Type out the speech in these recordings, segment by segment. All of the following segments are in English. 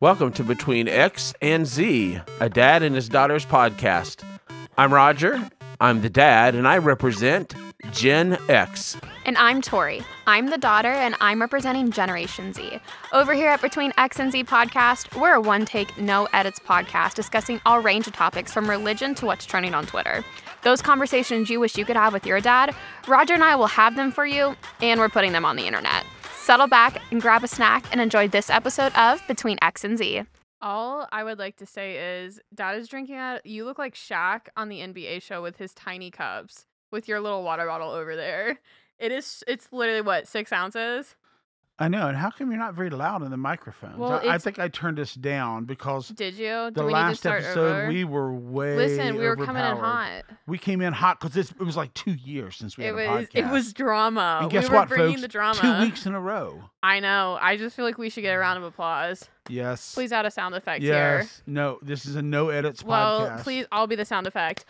Welcome to Between X and Z, a dad and his daughter's podcast. I'm Roger, I'm the dad, and I represent Gen X. And I'm Tori. I'm the daughter, and I'm representing Generation Z. Over here at Between X and Z podcast, we're a one take, no edits podcast discussing all range of topics from religion to what's trending on Twitter. Those conversations you wish you could have with your dad, Roger and I will have them for you, and we're putting them on the internet. Settle back and grab a snack and enjoy this episode of Between X and Z. All I would like to say is, Dad is drinking out. You look like Shaq on the NBA show with his tiny cups, with your little water bottle over there. It is. It's literally what six ounces. I know, and how come you're not very loud in the microphones? Well, I, I it's- think I turned this down because Did you? Do the we need to last start episode over? we were way Listen, we were coming in overpowered. hot. We came in hot because it was like two years since we had It a was. podcast. It was drama. and guess we were what, bringing folks? the drama. Two weeks in a row. I know. I just feel like we should get a round of applause. Yes. Please add a sound effect here. Yes. No, this is a no edits Well, podcast. please. I'll be the sound effect.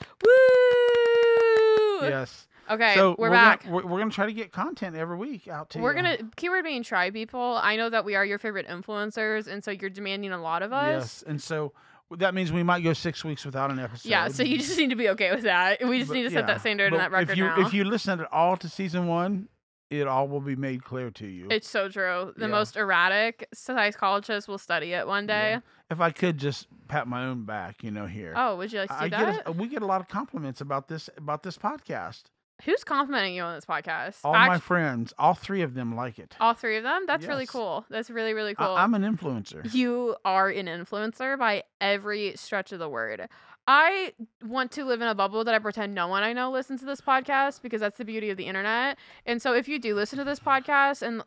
Woo! Yes. Okay, so we're, gonna- back. we're, we're gonna try to get content every week out to. We're you. gonna keyword being try people. I know that we are your favorite influencers, and so you're demanding a lot of us. Yes, and so that means we might go six weeks without an episode. Yeah, so you just need to be okay with that. We just But- need to set yeah, that standard and but that record if you, now. If you listen at all to season one, it all will be made clear to you. it's so true. Yeah. The most erratic psychologists will study it one day. Yeah. if I could just pat my own back, you know, here. Oh, would you like to see I that? get a, we get a lot of compliments about this about this podcast. Who's complimenting you on this podcast? All Act- my friends, all three of them like it. all three of them? That's really Yes. cool. That's really, really Oh, cool. I, am an influencer. You are an influencer by every stretch of the word. I want to live in a bubble that I pretend no one I know listens to this podcast because that's the beauty of the internet. And so if you do listen to this podcast and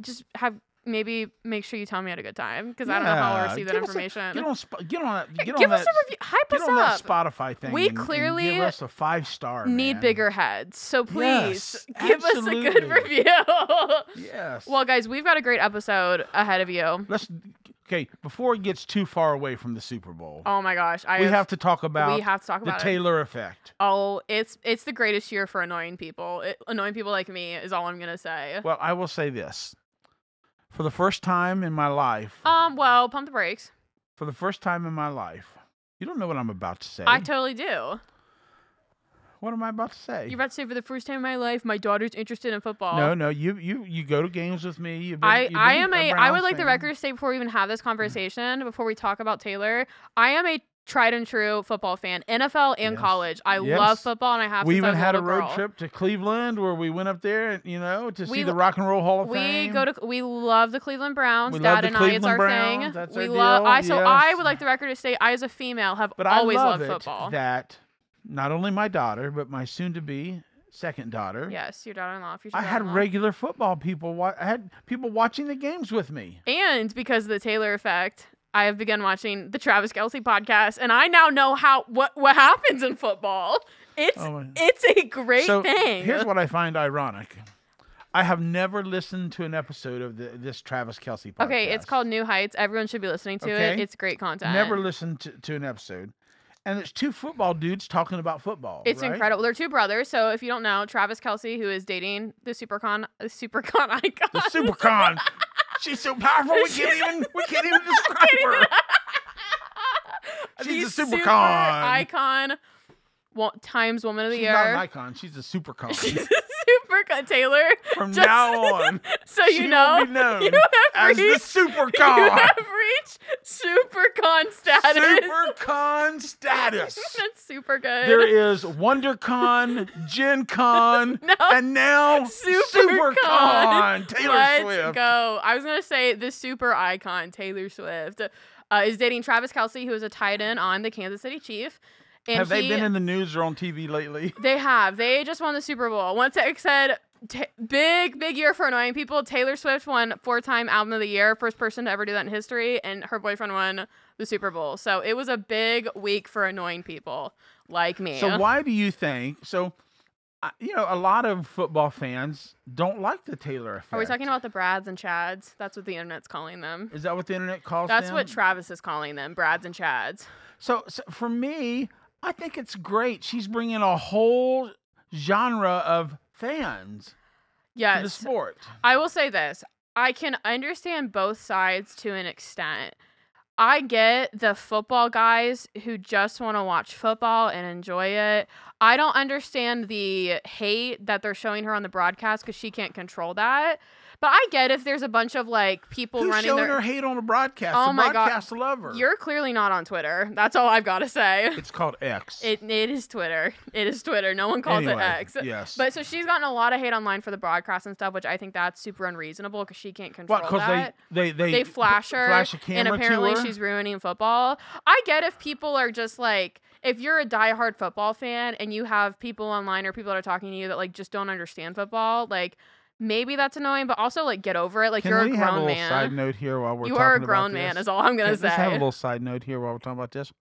just have maybe make sure you tell me you had a good time because I don't know how I'll Yeah, receive that give us a- information. Get on, Sp- get on that. Yeah, Get give on us that, a review. Hype Get us on up. that Spotify thing. We and- and clearly give us a five star. Need man. bigger heads. So please Yes, give us a good absolutely. review. Yes. well, guys, we've got a great episode ahead of you. let's. Okay, before it gets too far away from the Super Bowl, Oh my gosh. I we have to talk about we have to talk the about it. Taylor effect. Oh, it's it's the greatest year for annoying people. It, annoying people like me is all I'm gonna say. Well, I will say this: for the first time in my life, Um, well, pump the brakes. for the first time in my life, you don't know what I'm about to say. I totally do. what am I about to say? You're about to say for the first time in my life, my daughter's interested in football. no, no, you you you go to games with me. You've been, I, you've been Mm-hmm. I am a I Browns would like the fan. record to say before we even have this conversation, before we talk about Taylor, I am a tried and true football fan, NFL and Yes. college. I Yes. love football and I have We since I even was had a little road girl. trip to Cleveland where we went up there, and you know, to We see the lo- Rock and Roll Hall of We Fame. go to we love the Cleveland Browns. We love Dad the and Cleveland I it's our thing. Browns. That's we our love deal. I so I Yes. would like the record to say I as a female have but always I love loved it football. That not only my daughter, but my soon-to-be second daughter. Yes, your daughter-in-law. Future I had daughter-in-law. regular football people. Wa- I had people watching the games with me. and because of the Taylor effect, I have begun watching the Travis Kelsey podcast, and I now know how what what happens in football. It's Oh my- it's a great so thing. Here's what I find ironic. I have never listened to an episode of the, this Travis Kelsey podcast. okay, it's called New Heights. Everyone should be listening to it. Okay. It's great content. Never listened to, to an episode. And it's two football dudes talking about football. It's right? incredible. They're two brothers. So if you don't know, Travis Kelsey, who is dating the supercon, the supercon icon, The Supercon. She's so powerful we can't even we can't even describe her. She's the a super super con. icon, wo- times woman of the She's year. not an icon. She's a supercon. She's a super con- Taylor. From Just- now on, So she you know, will be known you have as reached the You Supercon. have reached super con status. Supercon status. That's super good. There is WonderCon, Gen Con, and now SuperCon. SuperCon. Taylor Let's Swift. go. I was gonna say the super icon Taylor Swift uh, is dating Travis Kelsey, who is a tight end on the Kansas City Chief. And Have they he- been in the news or on TV lately? They have. They just won the Super Bowl. Once I said ta big, big year for annoying people. Taylor Swift won four-time album of the year, first person to ever do that in history, and her boyfriend won the Super Bowl. So it was a big week for annoying people like me. So why do you think? So, I- you know, a lot of football fans don't like the Taylor effect. Are we talking about the Brads and Chads? That's what the internet's calling them. Is that what the internet calls That's them? what Travis is calling them, Brads and Chads. so, so for me, I think it's great. She's bringing a whole genre of fans to the Yes. sport. I will say this. I can understand both sides to an extent. I get the football guys who just want to watch football and enjoy it. I don't understand the hate that they're showing her on the broadcast because she can't control that. But I get if there's a bunch of like people Who's running showing their. her hate on the broadcast? Oh the my God. broadcast lover. You're clearly not on Twitter. That's all I've got to say. It's called X. It, it is Twitter. It is Twitter. No one calls Anyway, it X. Yes. But so she's gotten a lot of hate online for the broadcast and stuff, which I think that's super unreasonable because she can't control what? that. Because they they They, flash her, flash a and camera to apparently her? she's ruining football. I get if people are just like, if you're a diehard football fan and you have people online or people that are talking to you that like just don't understand football, like maybe that's annoying. But also like get over it. Like Can you're a we grown have a little man. side note here while we're you talking are a about grown this? man. Is all I'm gonna Can- say. Let's have a little side note here while we're talking about this.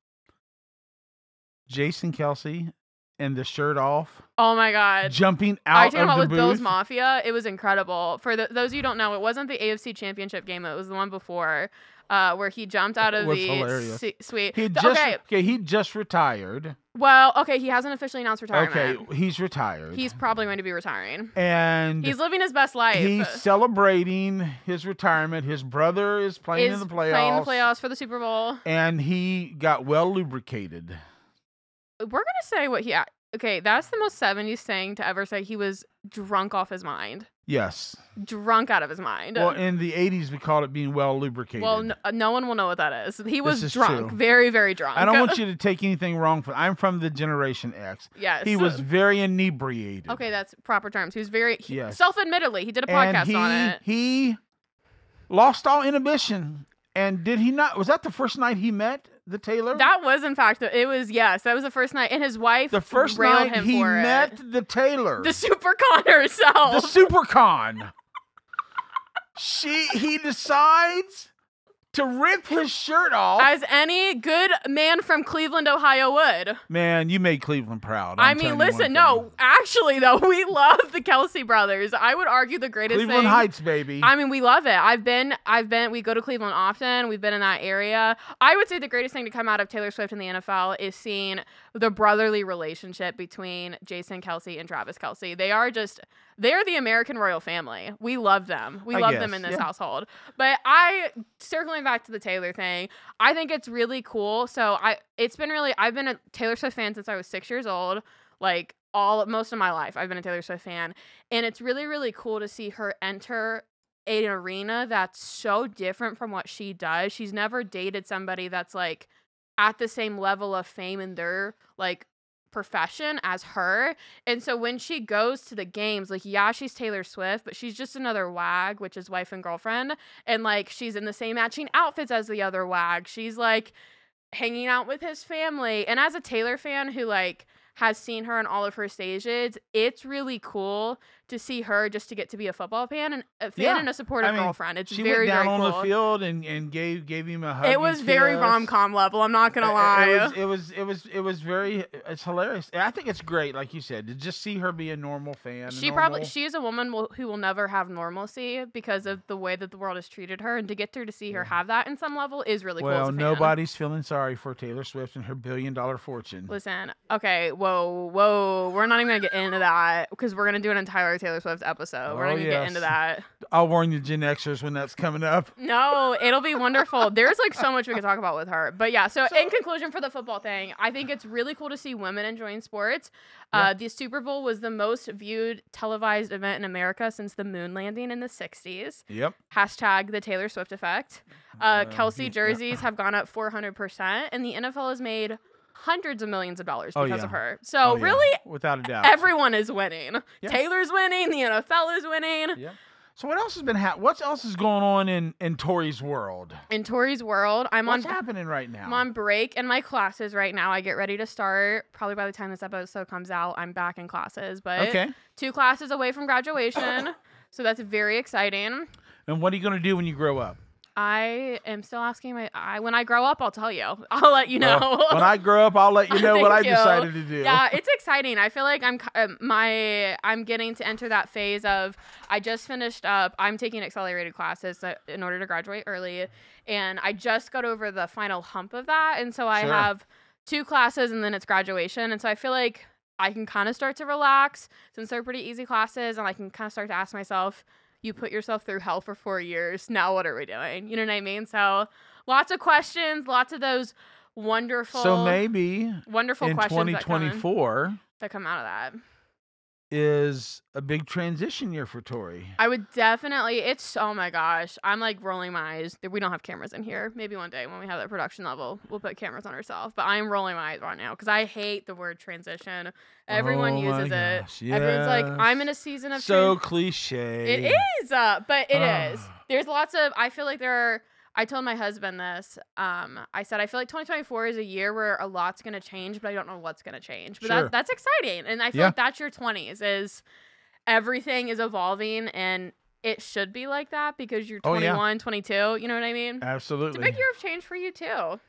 Jason Kelsey and the shirt off, oh my god. jumping I out took of him out the with Bills booth. Mafia. It was incredible. For the, those of you who don't know, it wasn't the AFC Championship game. It was the one before, uh, where he jumped out It of was the hilarious. se- suite. He The- just okay, he just retired. well, okay, he hasn't officially announced retirement. Okay, he's retired. he's probably going to be retiring. and He's living his best life. he's celebrating his retirement. His brother is playing Is in the playoffs. playing the playoffs for the Super Bowl. And he got well lubricated. We're gonna say what he. a- Okay, that's the most '70s thing to ever say. He was drunk off his mind, Yes. drunk out of his mind. Well, in the 80s, we called it being well lubricated. Well, no, no one will know what that is. He was is drunk, true. very, very drunk. I don't want you to take anything wrong from. I'm from the Generation X. Yes. He was very inebriated. Okay, that's proper terms. He was very he, Yes. self-admittedly. He did a and podcast he, on it. He lost all inhibition. And did he not? Was that the first night he met the Taylor? That was in fact it was yes. That was the first night, and his wife the first railed night him he for met it. the Taylor. the super con herself. the supercon. she he decides to rip his shirt off. as any good man from Cleveland, Ohio would. Man, you made Cleveland proud. i I'm mean, telling you one listen, thing. no, actually though, we love the Kelsey brothers. I would argue the greatest Cleveland thing. Heights, baby. I mean, we love it. I've been, I've been, we go to Cleveland often. We've been in that area. I would say the greatest thing to come out of Taylor Swift in the NFL is seeing the brotherly relationship between Jason Kelsey and Travis Kelsey. They are just, they're the American royal family. We love them. We I love them guess, in this yeah. household. But I, circling back to the Taylor thing, I think it's really cool. So I, it's been really, I've been a Taylor Swift fan since I was six years old. Like, all most of my life, I've been a Taylor Swift fan, and it's really, really cool to see her enter an arena that's so different from what she does. She's never dated somebody that's like at the same level of fame in their like profession as her. And so when she goes to the games, like yeah, she's Taylor Swift, but she's just another wag, which is wife and girlfriend, and like she's in the same matching outfits as the other wag. She's like hanging out with his family. And as a Taylor fan who like has seen her in all of her stages, it's really cool to see her just to get to be a football fan and a fan Yeah. and a supportive I mean, girlfriend. It's she went very down very on cool. the field and, and gave gave him a hug. It and was very kiss. rom com level. I'm not It- gonna lie. It, it was it was it was it was very it's hilarious. And I think it's great, like you said, to just see her be a normal fan. a she probably normal- she is a woman will, who will never have normalcy because of the way that the world has treated her, and to get her to see her Yeah. have that in some level is really cool. well, as a fan. nobody's feeling sorry for Taylor Swift and her billion dollar fortune. Listen, okay, whoa, whoa, we're not even gonna get into that because we're gonna do an entire Taylor Swift episode. we're Oh, not gonna get yes. into that. I'll warn you, Gen Xers, when that's coming up. No, it'll be wonderful. There's like so much we could talk about with her. But yeah, so, So- in conclusion for the football thing, I think it's really cool to see women enjoying sports. Uh, the Super Bowl was the most viewed televised event in America since the moon landing in the 60s. Yep. Hashtag the Taylor Swift effect. Uh, Uh, Kelsey yeah. jerseys have gone up 400%, and the NFL has made hundreds of millions of dollars Oh, because yeah. of her. So Oh, yeah, really, without a doubt. everyone is winning. Yeah. Taylor's winning. The NFL is winning. Yep. So what else has been happening? What else is going on in in Tori's world? In Tori's world, I'm What's on. happening right now? I'm on break in my classes right now. I get ready to start. Probably by the time this episode comes out, I'm back in classes. But okay. two classes away from graduation, so that's very exciting. And what are you going to do when you grow up? I am still asking my. I when I grow up, I'll tell you. I'll let you know. Oh, Well, Uh, when I grow up, I'll let you know what I Thank you. decided to do. yeah, it's exciting. I feel like I'm ki- um, my I'm getting to enter that phase of I just finished up. I'm taking accelerated classes that- in order to graduate early, and I just got over the final hump of that, and so I Sure. have two classes, and then it's graduation, and so I feel like I can kind of start to relax since they're pretty easy classes, and I can kind of start to ask myself, you put yourself through hell for four years. Now what are we doing? You know what I mean? So Lots of questions, lots of those wonderful, So maybe wonderful in questions that come, in- 2024 that come out of that. is a big transition year for Tori. I would definitely. It's oh my gosh, I'm like rolling my eyes. that We don't have cameras in here. Maybe one day when we have that production level, we'll put cameras on ourselves. But I'm rolling my eyes right now because I hate the word transition. Everyone Oh my uses it. gosh, Everyone's like, yes. I'm in a season of so trans- cliche. It is, uh, but it is. Ah. There's lots of. I feel like there are. I told my husband this. Um, I said I feel like 2024 is a year where a lot's gonna change, but I don't know what's gonna change. But Sure. that, that's exciting, and I feel Yeah. like that's your 20s. Is everything is evolving, and it should be like that because you're Oh, 21, yeah. 22. You know what I mean? It's a Absolutely. big year of change for you too.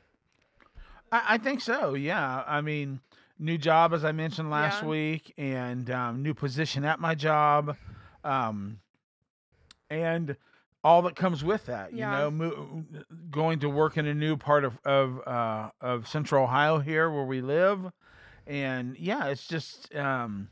I, I think so. Yeah. I mean, new job as I mentioned last Yeah. week, and um, new position at my job, um, and all that comes with that. Yeah. You know, mo- going to work in a new part of of uh, of Central Ohio here where we live, and yeah, it's just. Um,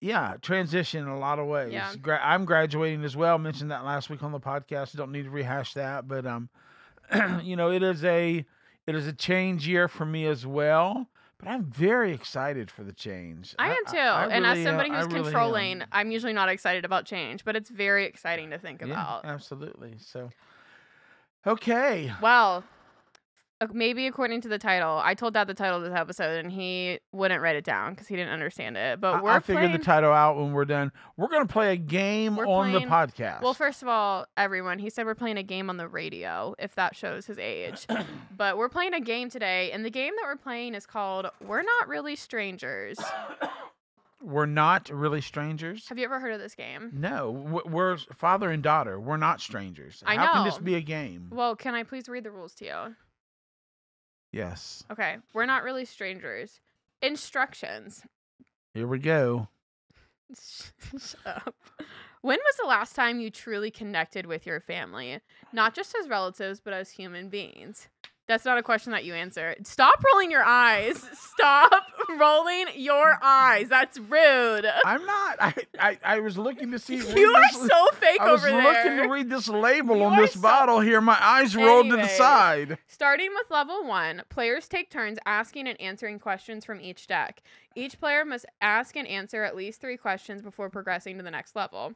yeah, transition in a lot of ways. Yeah. Gra- I'm graduating as well. Mentioned that last week on the podcast. Don't need to rehash that, but um, you know, it is a it is a change year for me as well. But I'm very excited for the change. I am too. and really, as uh, somebody I who's really am. controlling, I'm usually not excited about change, but it's very exciting to think yeah, about. absolutely. So, okay, Well, ac- maybe according to the title, I told Dad the title of this episode, and he wouldn't write it down because he didn't understand it. But I- we're I'll figure playing. the title out when we're done. We're gonna play a game We're on the playing- podcast. well, first of all, everyone, he said we're playing a game on the radio, if that shows his age. but we're playing a game today, and the game that we're playing is called We're Not Really Strangers. we're not really strangers. Have you ever heard of this game? No, w- we're s- father and daughter. We're not strangers. I How can this know. be a game? Well, can I please read the rules to you? yes. Okay, we're not really strangers. Instructions. Here we go. Shut up. When was the last time you truly connected with your family? Not just as relatives, but as human beings? That's not a question that you answer. Stop rolling your eyes. Stop rolling your eyes. That's rude. I'm not. I, I I was looking to see. You are so fake I was over looking there. to read this label You on are this so- bottle here. My eyes rolled to the Anyways. side. Starting with level one, players take turns asking and answering questions from each deck. Each player must ask and answer at least three questions before progressing to the next level.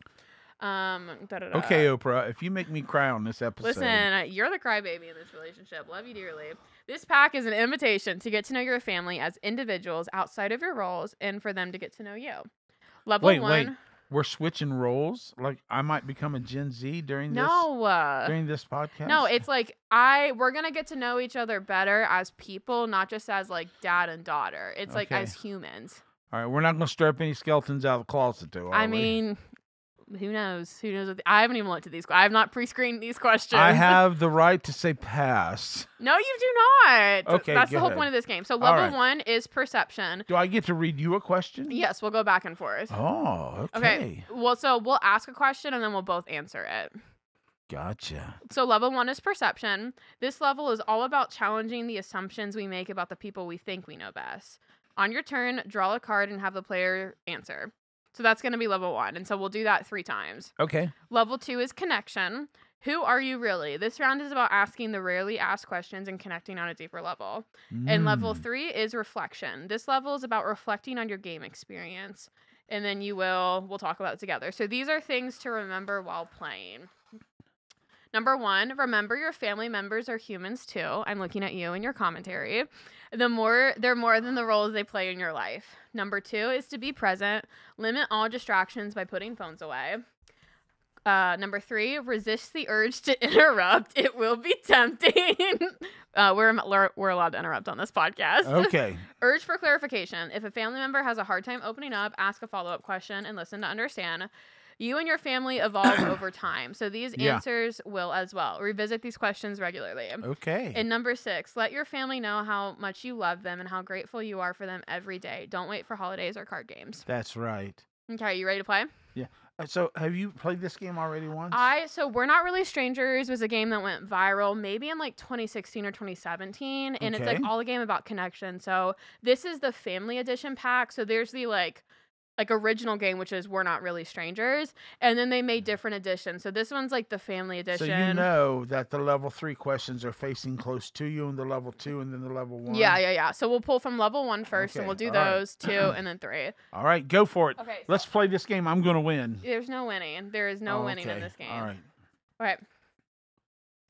Um, da-da-da. Okay, Oprah, if you make me cry on this episode, Listen, uh, you're the crybaby in this relationship. Love you dearly. This pack is an invitation to get to know your family as individuals outside of your roles and for them to get to know you. Level Wait, one. wait. we're switching roles. Like I might become a Gen Z during No. this uh, during this podcast. No, it's like I we're gonna get to know each other better as people, not just as like dad and daughter. It's like Okay. as humans. all right. We're not going to stir up any skeletons out of the closet, though. Are I we? mean, who knows? Who knows? What the, I haven't even looked at these. que- I have not pre-screened these questions. I have the right to say pass. No, you do not. Okay, that's the whole good. point of this game. So All level right. one is perception. Do I get to read you a question? Yes, we'll go back and forth. Oh, okay. Okay. Well, so we'll ask a question and then we'll both answer it. Gotcha. So, level one is perception. This level is all about challenging the assumptions we make about the people we think we know best. On your turn, draw a card and have the player answer. So, that's going to be level one. And so, we'll do that three times. Okay. Level two is connection. Who are you really? This round is about asking the rarely asked questions and connecting on a deeper level. And level Mm. three is reflection. This level is about reflecting on your game experience. And then you will, we'll talk about it together. So these are things to remember while playing. Number one, remember your family members are humans too. I'm looking at you in your commentary. The more, they're more than the roles they play in your life. Number two is to be present. Limit all distractions by putting phones away. Uh, number three, resist the urge to interrupt. It will be tempting. uh, we're, we're- we're allowed to interrupt on this podcast. Okay. Urge for clarification. If a family member has a hard time opening up, ask a follow up question and listen to understand. You and your family evolve over time. So these Yeah. answers will as well. Revisit these questions regularly. Okay. And number six, let your family know how much you love them and how grateful you are for them every day. Don't wait for holidays or card games. That's right. Okay, you ready to play? Uh, So, have you played this game already once? I so we're not really strangers was a game that went viral maybe in like 2016 or 2017 and it's like Okay. all a game about connection. So this is the family edition pack. So there's the like like original game, which is We're Not Really Strangers, and then they made different editions. So this one's like the family Mm-hmm. So edition. you know that the level three questions are facing close to you, and the level two, and then the level one. Yeah, yeah, yeah. So we'll pull from level one first, Okay, and we'll do all right. those two, and then three. All right, go for it. Okay. Let's play this game. I'm gonna win. Oh, There's no winning. There is no winning in Okay, this game. All right, Okay.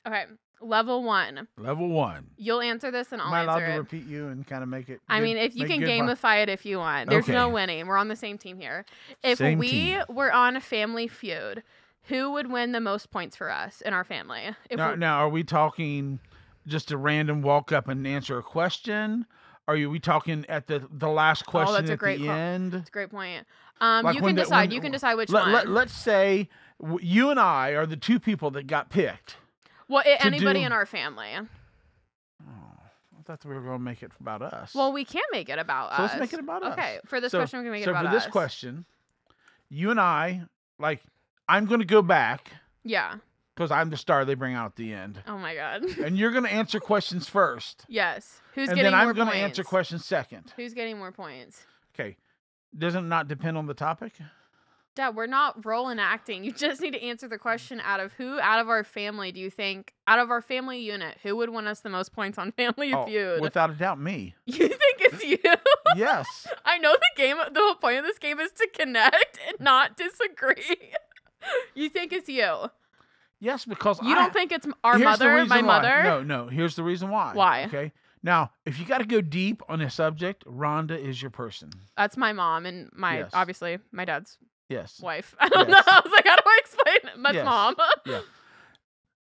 Okay. Level one. level one. You'll answer this, and I'll Am I allowed answer to it. repeat you and kind of make it? I good- mean, if you make can good pro- gamify it if you want. There's no Okay. winning. We're on the same team here. If Same we team. were on a family feud, who would win the most points for us in our family? If Now, we- now, are we talking just a random walk up and answer a question? Are you we talking at the the last Oh, that's question a at great the que- end? That's a great point. Um, Like you when can the- decide. when- you can decide which Let, one. let, let's say w- you and I are the two people that got picked. well, i- to anybody do- in our family. Oh, I thought we were going to make it about us. Well, we can make it about so us. let's make it about us. Okay, for this So- question, we can make so it about for this us. question, you and I, like, I'm going to go back Yeah. because I'm the star they bring out at the end, Oh my god. and you're going to answer questions first, yes. Who's and getting then I'm more gonna points? answer questions second. Who's getting more points? Okay, doesn't it not depend on the topic? Dad, we're not role enacting. You just need to answer the question out of who out of our family do you think out of our family unit, who would win us the most points on Family Oh, Feud? without a doubt, me. you think it's you? yes. I know the game the whole point of this game is to connect and not disagree. you think it's you. Yes, because You I, don't think it's m- our here's the mother, my reason why. mother? No, no. Here's the reason why. Why? Okay. Now, if you got to go deep on a subject, Rhonda is your person. That's my mom and my Yes. obviously my dad's Yes. wife. I don't Yes. know. I was like, how do I explain it? That's Yes. mom.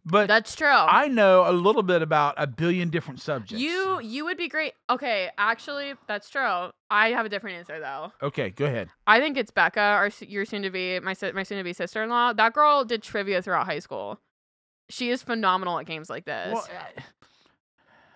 But That's true. I know a little bit about a billion different subjects. you you would be great. Okay, actually, that's true. I have a different answer though. Okay, go ahead. I think it's Becca, our s- your soon to be my si- my soon to be sister in law. That girl did trivia throughout high school. She is phenomenal at games like this. Well, uh,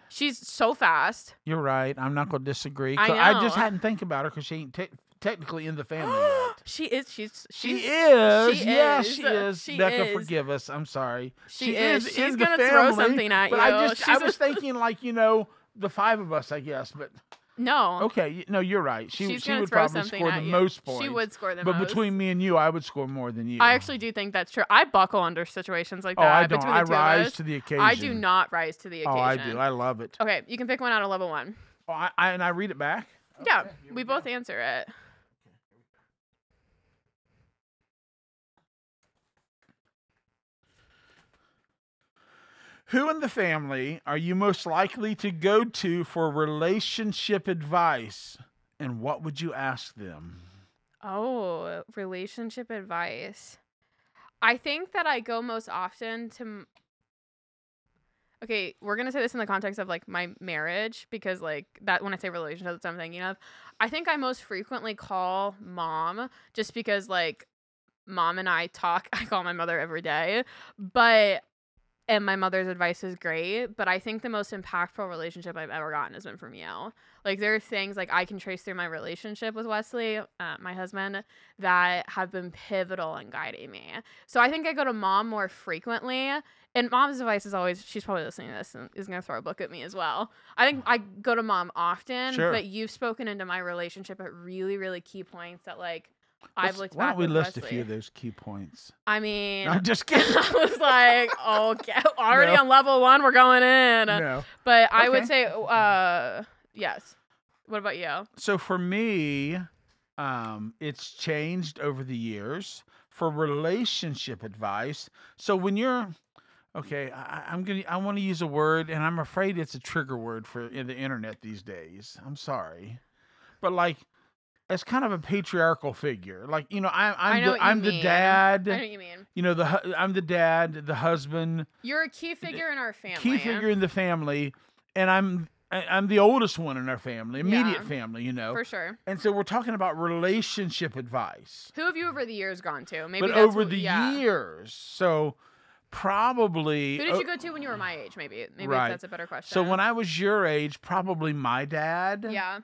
She's so fast. you're right. I'm not going to disagree. I 'cause just know. hadn't think about her because she ain't te- technically in the family yet. she is. She's. She she's, is. she yes, is, she is. she Becca, is. forgive us. I'm sorry. She, she is. is in She's the gonna throw family, something at But you. I just, I She's a- was thinking, like, you know, the five of us, I guess. But no. okay, you- no, you're right. She, Oh. she's she gonna would throw probably something score at the you. most points. She would score the But most. between me and you, I would score more than you. I actually do think that's true. I buckle under situations like Oh, that. I don't. Between the I two of rise us, to the occasion. I do not rise to the occasion. Oh, I do. I love it. okay, you can pick one out of level one. Oh, I, I, and I read it back. yeah, Okay, here we go. both answer it. Who in the family are you most likely to go to for relationship advice, and what would you ask them? Oh, relationship advice. I think that I go most often to. m- Okay, we're gonna say this in the context of like my marriage because like that when I say relationship, that's what I'm thinking of. I think I most frequently call mom just because like mom and I talk. I call my mother every day, but and my mother's advice is great. But I think the most impactful relationship I've ever gotten has been from you. Like there are things like I can trace through my relationship with Wesley, uh, my husband, that have been pivotal in guiding me. So I think I go to mom more frequently. And mom's advice is always she's probably listening to this and is gonna throw a book at me as well. I think I go to mom often, Sure. but you've spoken into my relationship at really, really key points that like I've Let's- looked Why back. don't we with list a Wesley. few of those key points? I mean, I'm just kidding. I was like, okay, already No. on level one, we're going in. no. But I would Okay. say, uh, yes. What about you? So for me, um, it's changed over the years for relationship advice. So when you're okay, I, I- I'm gonna I want to use a word, and I'm afraid it's a trigger word for in the internet these days. I'm sorry, but like. As kind of a patriarchal figure, like you know, I, I'm I know the, what you I'm the mean. dad. I know what you mean. you know, the hu- I'm the dad, the husband, You're a key figure in our family. eh? key figure in the family, and I'm I- I'm the oldest one in our family, immediate Yeah. family, you know. For sure. And so we're talking about relationship advice, Who have you over the years gone to? Maybe but that's over what- the yeah. years, so probably. Who did you go to when you were my age? Maybe. Maybe Right. that's a better question. So when I was your age, probably my dad. yeah,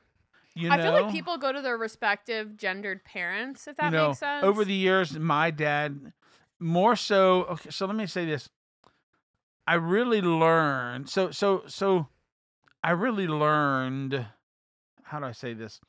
you know. I feel like people go to their respective gendered parents. If that you know, makes sense. Over the years, my dad more so. Okay, so let me say this: I really learned. So so so, I really learned. How do I say this?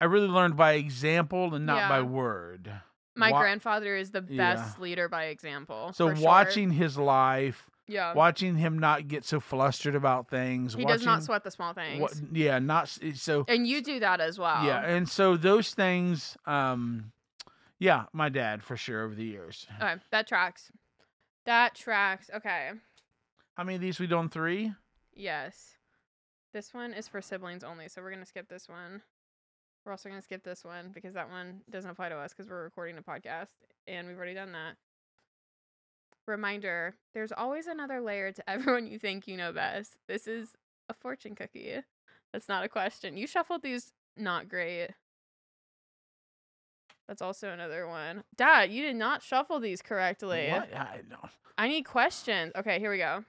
I really learned by example and not by Yeah. word. My Wa- grandfather is the Yeah. best leader by example. So for sure. watching his life, yeah, watching him not get so flustered about things. Um, he watching, does not sweat the small things, wa- yeah, not s- so. and you do that as well. Yeah, and so those things. Um, yeah, my dad for sure over the years. Okay, that tracks. That tracks. Okay. How many of these we done? Three. Yes. This one is for siblings only, so we're gonna skip this one. We're also gonna skip this one because that one doesn't apply to us because we're recording a podcast and we've already done that. Reminder: There's always another layer to everyone you think you know best. This is a fortune cookie. That's not a question. You shuffled these not great. That's also another one. Dad, you did not shuffle these correctly. What? I know. I need questions. Okay, here we go.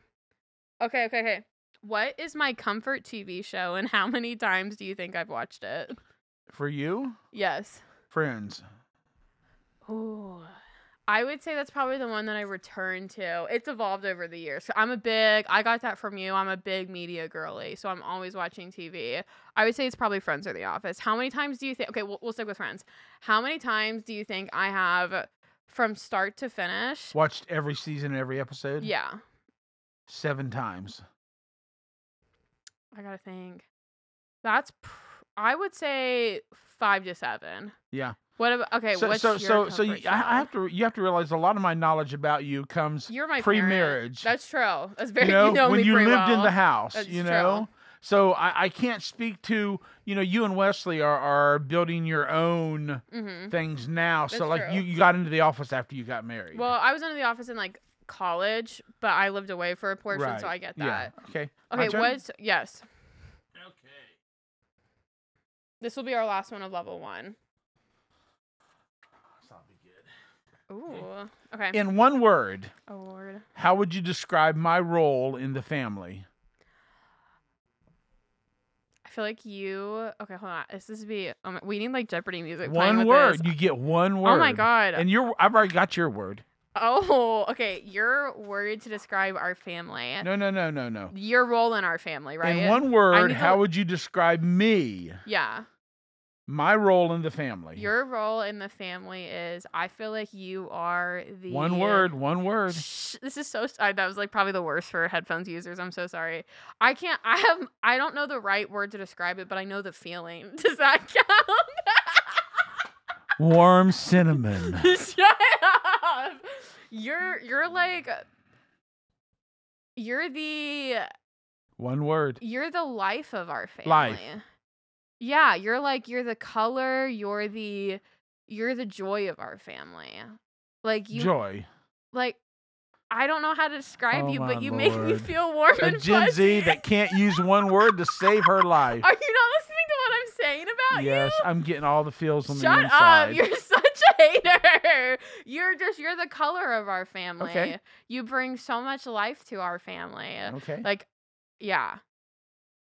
Okay, okay, okay. What is my comfort TV show and how many times do you think I've watched it? For you, Yes. friends. Ooh. I would say that's probably the one that I return to. It's evolved over the years. So I'm a big, I got that from you. I'm a big media girly, so I'm always watching TV. I would say it's probably Friends or The Office. How many times do you think, okay, we'll, we'll stick with Friends. How many times do you think I have from start to finish? Watched every season, and every episode. Yeah. Seven times. I gotta think. That's pr- I would say five to seven. Yeah. What about okay? so what's so your so so you, comfort I, I show? have to you have to realize a lot of my knowledge about you comes You're my parent. pre-marriage. That's true. That's very you know, you know when me you pretty lived in well. the house, That's you true. know. So I, I can't speak to you know you and Wesley are are building your own Mhm. things now. so That's like you true. you got into the office after you got married. Well, I was under the office in like college, but I lived away for a portion, so Right. I get yeah. that. Okay. My Okay, turn? what's yes? Okay. This will be our last one of level one. That's not good. Ooh. Okay. In one word, Award. how would you describe my role in the family? I feel like you. Okay, hold on. This is be. Oh my, we need like Jeopardy music. playing One with word. this. You get one word. Oh my god. And you're I've already got your word. Oh, okay. Your word to describe our family. No no no no no. Your role in our family, right? In one word, need to- how would you describe me? yeah. My role in the family. Your role in the family is I feel like you are the one word, one word. Shh, this is so I, that was like probably the worst for headphones users. I'm so sorry. I can't I have I don't know the right word to describe it, but I know the feeling. Does that count? Warm cinnamon. Shut up. You're you're like you're the one word. You're the life of our family. Life. Yeah, you're like you're the color, you're the you're the joy of our family. Like you Joy. like I don't know how to describe Oh you, my but you make me lord. feel warm A and Gen Z fuzzy. that can't use one word to save her life. Are you not listening to what I'm saying about Yes, I'm getting all the feels you? on the Shut inside. up. You're such a hater. You're just you're the color of our family. Okay. You bring so much life to our family. okay. Like, yeah.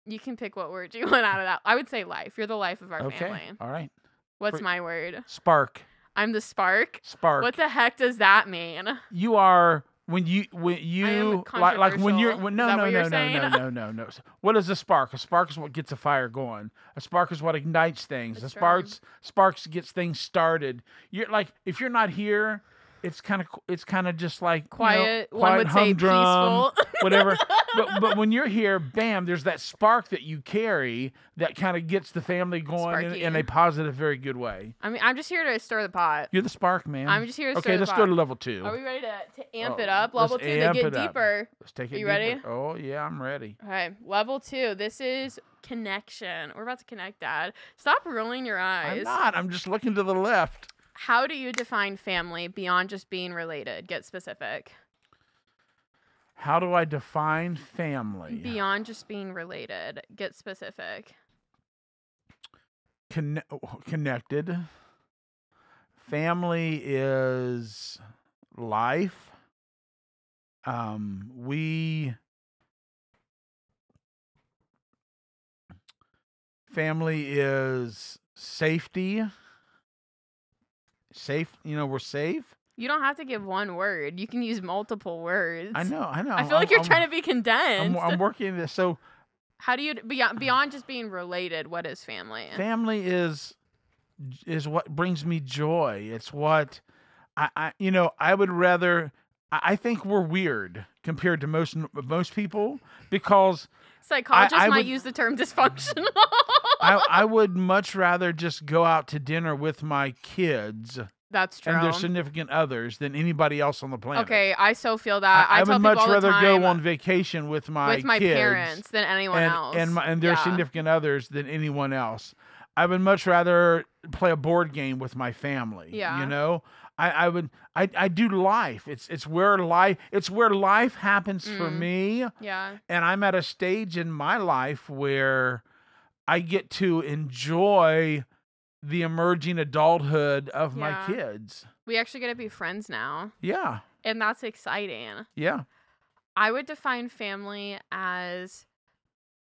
You can pick what word you want out of that. I would say life. You're the life of our okay. family. All right. What's Fr- my word? Spark. I'm the spark. Spark. What the heck does that mean? you are when you when you like like when you're controversial. when, Is no that no no what you're no saying? no no no no. What is a spark? A spark is what gets a fire going. A spark is what ignites things. That's a right. sparks sparks gets things started. You're like if you're not here, it's kind of it's kind of just like you know, Quiet. One quiet would say humdrum, peaceful. whatever. but but when you're here, bam, there's that spark that you carry that kind of gets the family going in, in Sparky. a positive, very good way. I mean, I'm just here to stir the pot. You're the spark, man. I'm just here to okay, stir the let's pot. go to level two. Are we ready to, to amp Oh, it up? let's Level two to amp get it up. deeper. Let's take it. You deeper. ready? Oh yeah, I'm ready. Okay, level two. This is connection. We're about to connect, Dad. Stop rolling your eyes. I'm not. I'm just looking to the left. How do you define family beyond just being related? Get specific. How do I define family? Beyond just being related, get specific. Conne- oh, connected. Family is life. Um, we family is safety. Safe, you know, we're safe. You don't have to give one word. You can use multiple words. I know, I know. I feel like you're trying to be I'm, condensed. I'm working this. So How do you beyond beyond just being related? What is family? family is j- is what brings me joy. It's what I, I you know, I would rather. I I think we're weird compared to most most people because Psychologists I might would- use the term dysfunctional. I, I would much rather just go out to dinner with my kids That's true. and their significant others than anybody else on the planet. Okay, I so feel I, that. I I, tell would people much all the rather go time, on vacation with my with my kids parents than anyone and, else. and my, and their Yeah. significant others than anyone else. I would much rather play a board game with my family. Yeah. You know, I, I would I, I do life. It's it's where life it's where life happens for Mm. me Yeah. and I'm at a stage in my life where I get to enjoy the emerging adulthood of Yeah. my kids. We actually get to be friends now, Yeah. and that's exciting. Yeah. I would define family as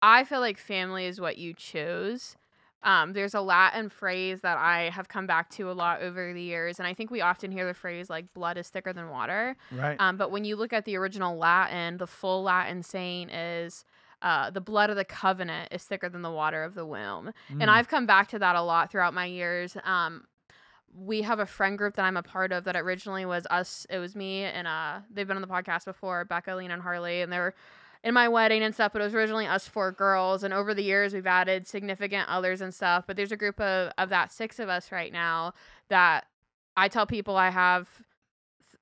I feel like family is what you choose. Um, there's a Latin phrase that I have come back to a lot over the years, and I think we often hear the phrase like blood is thicker than water. Right. Um, but when you look at the original Latin, the full Latin saying is uh, the blood of the covenant is thicker than the water of the womb. Mm. And I've come back to that a lot throughout my years. Um, we have a friend group that I'm a part of that originally was us. It was me and uh, they've been on the podcast before, Becca, Lena, and Harley, and they were in my wedding and stuff. But it was originally us four girls, and over the years we've added significant others and stuff. But there's a group of of that six of us right now that I tell people I have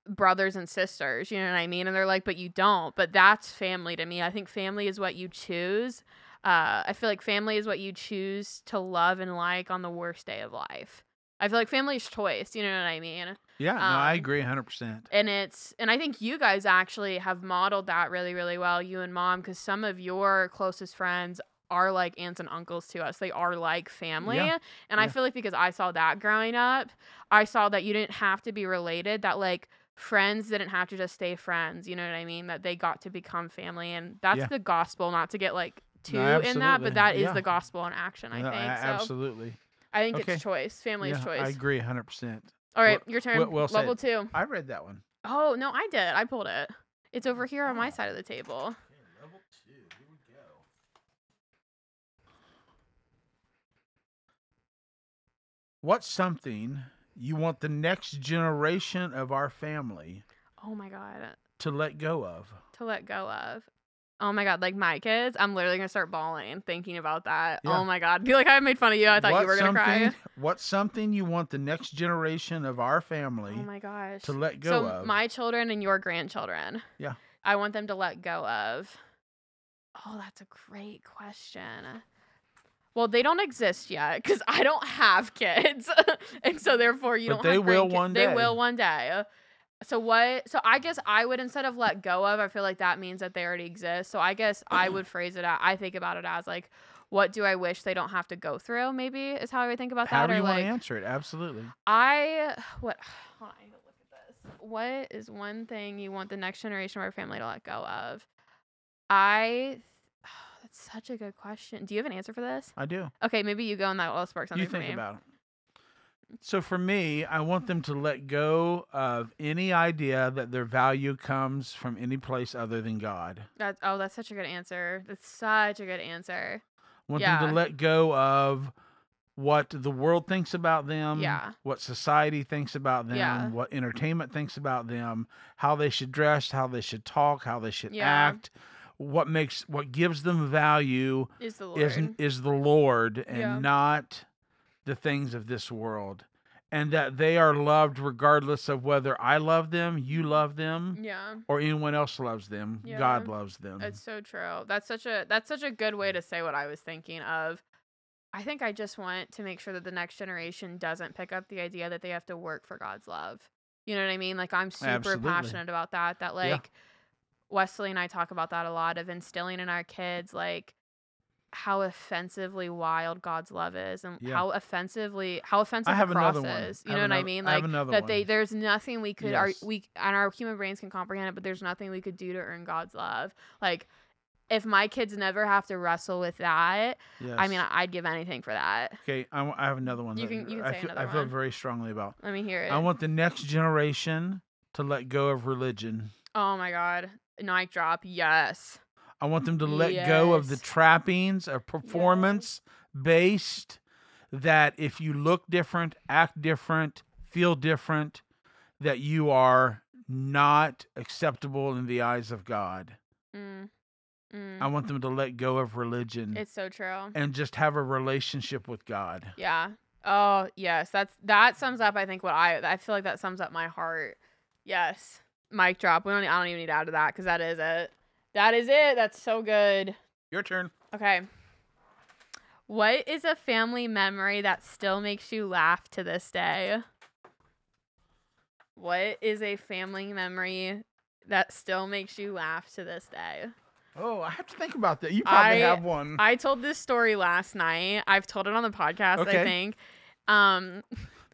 brothers and sisters, you know what I mean? And they're like, but you don't. But that's family to me. I think family is what you choose. Uh, I feel like family is what you choose to love and like on the worst day of life. I feel like family's choice, you know what I mean? yeah. no, I um, agree 100%. And it's, and I think you guys actually have modeled that really, really well, you and mom, because some of your closest friends are like aunts and uncles to us. They are like family. Yeah. And I Yeah. feel like because I saw that growing up, I saw that you didn't have to be related, that like friends didn't have to just stay friends. You know what I mean? That they got to become family. And that's Yeah. the gospel, not to get like too in that, absolutely. but that is Yeah. the gospel in action, I No, a- think. so absolutely. I think Okay. it's choice, family's Yeah, choice. I agree 100%. All right, your turn. well- well Level two. I read that one. Oh, no, I did. I pulled it. It's Oh over here on my side of the table. level 2. Here we go. What's something you want the next generation of our family Oh my God. to let go of? To let go of. Oh my God. Like my kids, I'm literally going to start bawling thinking about that. Yeah. Oh my God. Be like, I made fun of you. Oh, I thought you What's were going to cry. something- What's something you want the next generation of our Oh family my gosh. to let go so of? my children and your grandchildren. Yeah. I want them to let go of. Oh, that's a great question. Well, they don't exist yet because I don't have kids, and so therefore you But don't. they have will grandki- one They day. will one day. So what? So I guess I would instead of let go of, I feel like that means that they already exist. So I guess I would phrase it. At, I think about it as like, what do I wish they don't have to go through? Maybe is how I would think about How that. do or you want like, to answer it? Absolutely. I what hold on, I need to look at this. What is one thing you want the next generation of our family to let go of? I that's such a good question. Do you have an answer for this? I do. Okay, maybe you go and that will spark something you for think me. about it. So for me, I want them to let go of any idea that their value comes from any place other than God. That oh, that's such a good answer. That's such a good answer. I want them Yeah. to let go of what the world thinks about them, Yeah. what society thinks about them, Yeah. what entertainment thinks about them, how they should dress, how they should talk, how they should Yeah. act, what makes what gives them value Is the Lord. is is the Lord and Yeah. not the things of this world, and that they are loved regardless of whether I love them, you love them, yeah. or anyone else loves them. God Mm. Yeah. loves them. It's so true. That's such a that's such a good way to say what I was thinking of. I think I just want to make sure that the next generation doesn't pick up the idea that they have to work for God's love. You know what I mean? Like I'm super Absolutely. passionate about that. That like Wesley and I talk about that a lot of instilling in our kids like how offensively wild God's love is and Yeah. how offensively how offensive I have the cross another one. is. I You know have what I another- mean? I have Like another that they one. there's nothing we could our Yes. we and our human brains can comprehend it, but there's nothing we could do to earn God's love. Like if my kids never have to wrestle with that, Yes. I mean, I'd give anything for that. okay, I, wa- I have another one. that You can- you can I say feel, I another feel one. very strongly about. Let me hear it. I want the next generation to let go of religion. oh my God. Mic drop. Yes. I want them to let go of the Yes. trappings of performance based that if you look different, act different, feel different, that you are not acceptable in the eyes of God. Mm. I Mm. want them to let go of religion It's so true. and just have a relationship with God. Yeah. Oh, yes. That's that sums up I think what I I feel like that sums up my heart. Yes. Mic drop. We don't I don't even need to add to that cuz that is it. That is it. That's so good. Your turn. Okay. What is a family memory that still makes you laugh to this day? What is a family memory that still makes you laugh to this day? Oh, I have to think about that. You probably I- have one. I told this story last night. I've told it on the podcast, Okay. I think. Um,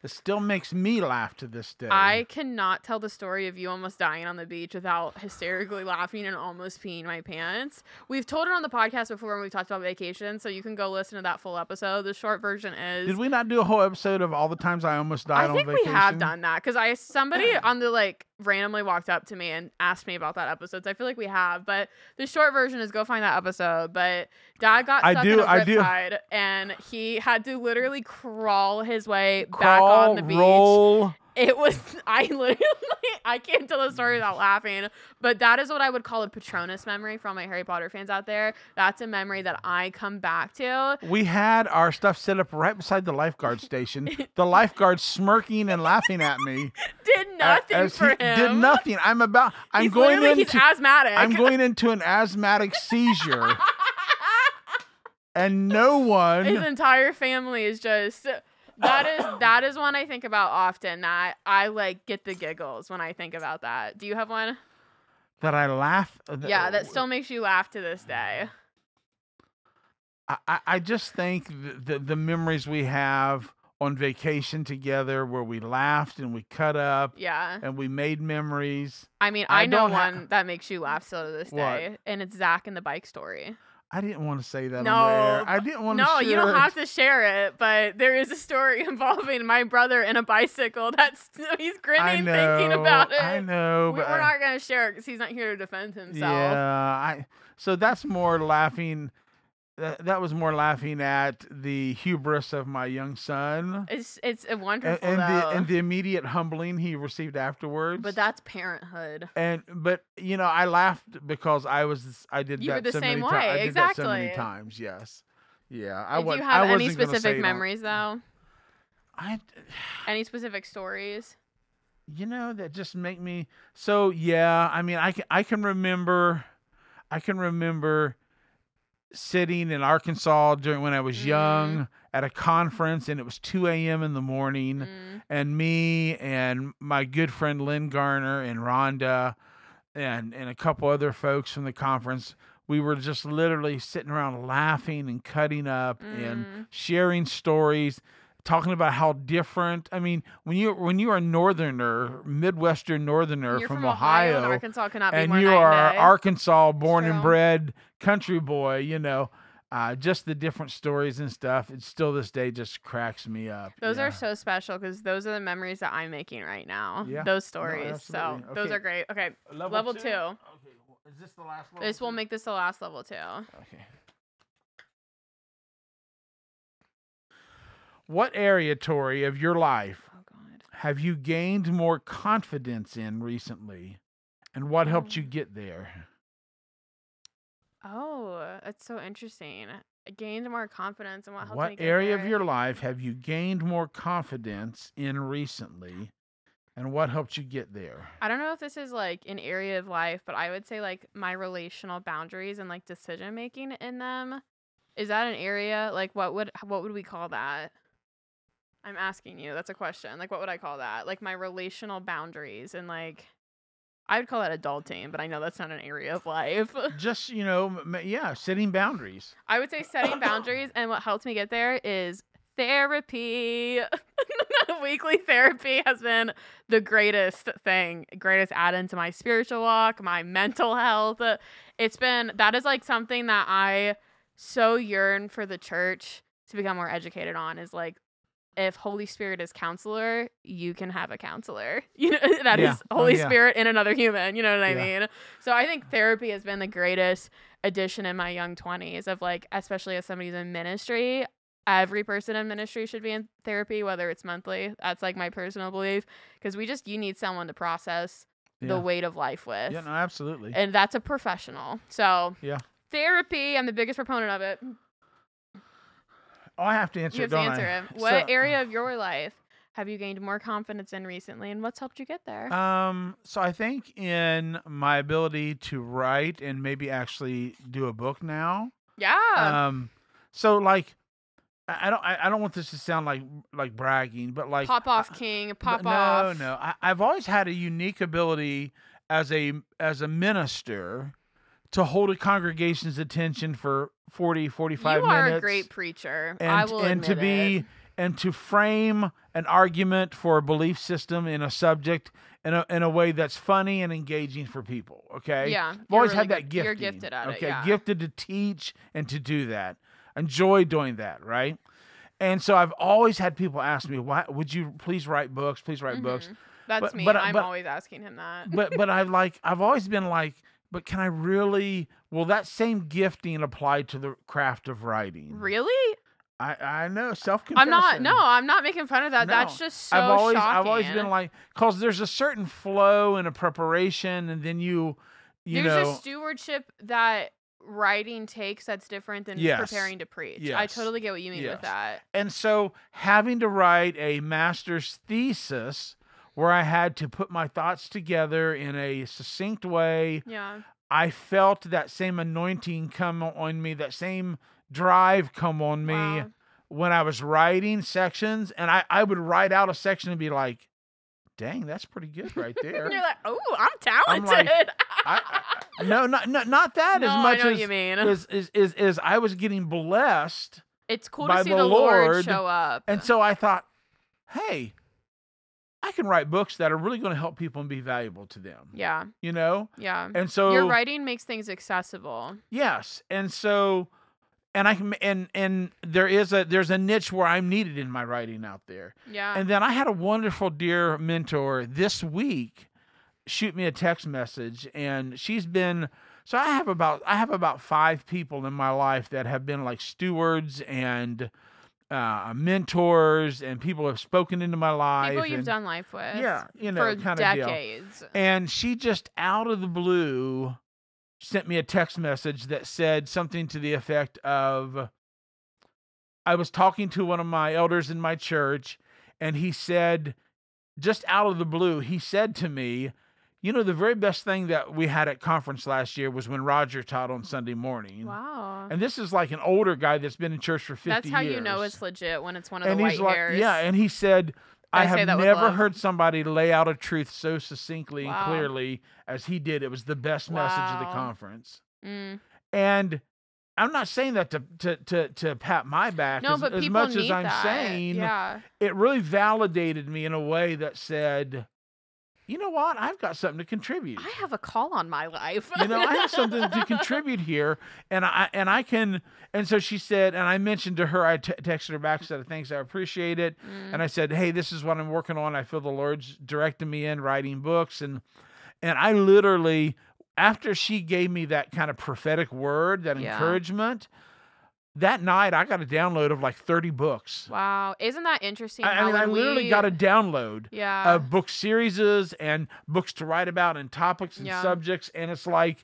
It still makes me laugh to this day. I cannot tell the story of you almost dying on the beach without hysterically laughing and almost peeing my pants. We've told it on the podcast before when we talked about vacation, so you can go listen to that full episode. The short version is Did we not do a whole episode of all the times I almost died I think on vacation? we have done that because I somebody on the like randomly walked up to me and asked me about that episode. So I feel like we have, but the short version is go find that episode. But Dad got I stuck do- in a I do. riptide and he had to literally crawl his way back Crawl, on the beach. roll. It was I literally I can't tell the story without laughing, but that is what I would call a Patronus memory for all my Harry Potter fans out there. That's a memory that I come back to. We had our stuff set up right beside the lifeguard station. the lifeguard smirking and laughing at me. Did a- nothing as for he him. Did nothing. I'm about. I'm He's going literally- into. he's asthmatic. I'm going into an asthmatic seizure, and no his one. entire family is just that is that is one I think about often that I like get the giggles when I think about that. Do you have one? That I laugh. uh, Yeah, that still makes you laugh to this day. I- I, I just think the, the the memories we have on vacation together, where we laughed and we cut up Yeah. and we made memories. I mean, I I, know don't ha- one that makes you laugh still to this What? day, and it's Zach and the bike story. I didn't want to say that on the air. No, I didn't want to. No, you don't have to share it, but there is a story involving my brother and a bicycle. That's he's I grinning know. thinking about it. I know. We, but are I- not gonna share it because he's not here to defend himself. Yeah, I so that's more laughing. That, that was more laughing at the hubris of my young son It's it's a and, wonderful and the though. and the immediate humbling he received afterwards. But that's parenthood. and but you know I laughed because I was I did You were that the so same many times. way, I did that so many exactly. times. Yes. Yeah, I Do was. you have I any wasn't gonna say specific it on- memories though? I, Any specific stories? you know that just make me so yeah i mean i can, I can remember i can remember sitting in arkansas during when i was young at a conference and it was 2 a.m in the morning Mm. and me and my good friend lynn garner and rhonda and and a couple other folks from the conference we were just literally sitting around laughing and cutting up and Mm. sharing stories talking about how different i mean when you when you're a northerner midwestern northerner You're from, and ohio Arkansas cannot be and more you night are day. arkansas born and true. bred country boy you know uh, just the different stories and stuff it still this day just cracks me up Those yeah. are so special because those are the memories that I'm making right now. Yeah. Those stories. so absolutely. those Okay. are great. Okay. level, level two? two. okay Okay, is this the last level This will make this the last level too. okay what area tori of your life Oh god. have you gained more confidence in recently? And what helped you Um, get there? Oh, that's so interesting. I gained more confidence in what helped what me get area of there. your life have you gained more confidence in recently? And what helped you get there? I don't know if this is like an area of life, but I would say like my relational boundaries and like decision making in them. Is that an area like what would what would we call that? I'm asking you. That's a question. Like what would I call that? Like my relational boundaries and like I would call that adulting, but I know that's not an area of life. Just, you know, m- yeah, setting boundaries. I would say setting boundaries and what helped me get there is therapy. Weekly therapy has been the greatest thing, greatest add in to my spiritual walk, my mental health. It's been that is like something that I so yearn for the church to become more educated on is like if Holy Spirit is counselor, you can have a counselor. You know that is Yeah. Oh, Holy yeah. Spirit in another human. You know what I Yeah. mean? So I think therapy has been the greatest addition in my young 20s of like especially as somebody who's in ministry every person in ministry should be in therapy, whether it's monthly. That's like my personal belief because we just you need someone to process Yeah. the weight of life with, Yeah, no, absolutely. and that's a professional. So Yeah. therapy. I'm the biggest proponent of it. oh, I have to answer you it, have to don't answer I? it. What So- area of your life have you gained more confidence in recently, and what's helped you get there? Um, so I think in my ability to write and maybe actually do a book now. yeah. Um, so like, I I don't, I, I don't want this to sound like like bragging, but like pop I- off king. Pop But off. No, no. I, I've always had a unique ability as a as a minister to hold a congregation's attention for 40, 45 you are minutes. a great preacher. and, I will and to admit be it. and to frame an argument for a belief system in a subject in a in a way that's funny and engaging for people. Okay. Yeah, I've you're always really had that good- gift. you're gifted at it, okay, yeah. gifted to teach and to do that. Enjoy doing that, right? And so I've always had people ask me, "Why would you please write books? Please write books." Mhm. That's But- me. but I- I'm but- Mm. always asking him that. But but I've like I've always been like, "But can I really? Will that same gifting apply to the craft of writing?" really? I I know self. I'm not. No, I'm not making fun of that. That's No. just so I've always shocking. I've always been like because there's a certain flow and a preparation, and then you you There's know a stewardship that writing takes that's different than Yes. preparing to preach. I Yes. totally get what you mean Yes. with that. and so having to write a master's thesis where I had to put my thoughts together in a succinct way, Yeah. I felt that same anointing come on me, that same drive come on me Wow. when I was writing sections, and I I would write out a section and be like, "Dang, that's pretty good right there." And you're like, oh, I'm talented. I, I- no, not not not that no, as much I know as what you mean. is, is is is I was getting blessed, it's cool by to see the the, Lord, Lord, show up. and so I thought, hey, I can write books that are really going to help people and be valuable to them. yeah, You know, yeah. and so Your writing makes things accessible. Yes, and so, and I can and and there is a there's a niche where I'm needed in my writing out there. Yeah. And then I had a wonderful dear mentor this week shoot me a text message and she's been so I have about I have about 5 people in my life that have been like stewards and uh, mentors and people who have spoken into my life People you've and- done life with. yeah, you know, For kind of deal. decades. And she just out of the blue sent me a text message that said something to the effect of I was talking to one of my elders in my church, and he said, just out of the blue, he said to me, You know, the very best thing that we had at conference last year was when Roger taught on Sunday morning. Wow. And this is like an older guy that's been in church for 50 That's how years you know it's legit when it's one of and the white he's like, hairs. yeah, and he said, I, I say have that with never love." heard somebody lay out a truth so succinctly Wow. and clearly as he did. It was the best message of the Wow. conference. Mm. And I'm not saying that to to to, to pat my back. No, as, but as people much need as I'm that. saying, yeah, it really validated me in a way that said, you know what, I've got something to contribute. I have a call on my life. you know, I have something to contribute here, and I and I can. And so she said, and I mentioned to her, I te- texted her back, said thanks, I appreciate it. Mm. and I said, "Hey, this is what I'm working on. I feel the Lord's directing me in writing books." And and I literally after she gave me that kind of prophetic word, that Yeah. encouragement, that night I got a download of like 30 books. Wow, isn't that interesting? I, I how mean, I when literally we- got a download yeah. of book series and books to write about and topics and Yeah. subjects and it's like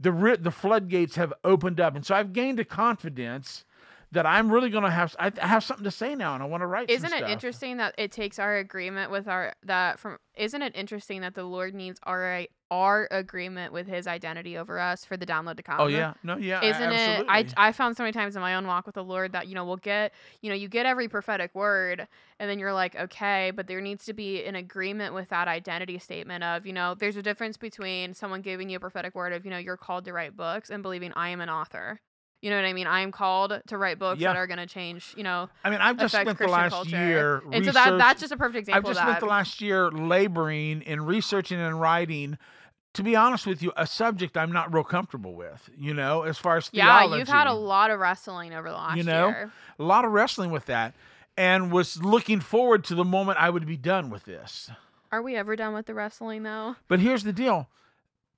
the ri- the floodgates have opened up and so I've gained a confidence that I'm really going to have I I have something to say now and I want to write some isn't it stuff. interesting that it takes our agreement with our that from isn't it interesting that the lord needs our our agreement with his identity over us for the download to come Oh yeah, no yeah, isn't it absolutely. I, I found so many times in my own walk with the lord that you know we'll get you know you get every prophetic word and then you're like okay but there needs to be an agreement with that identity statement of you know there's a difference between someone giving you a prophetic word of you know you're called to write books and believing i am an author you know what i mean i am called to write books Yeah. that are going to change you know I mean, I've just affect spent the Christian last culture. year and so research- that that's just a perfect I've example just of spent that the last year laboring in researching and writing. To be honest with you, a subject I'm not real comfortable with. You know, as far as yeah theology, you've had a lot of wrestling over the last You know? year a lot of wrestling with that, and was looking forward to the moment I would be done with this. are we ever done with the wrestling though But here's the deal: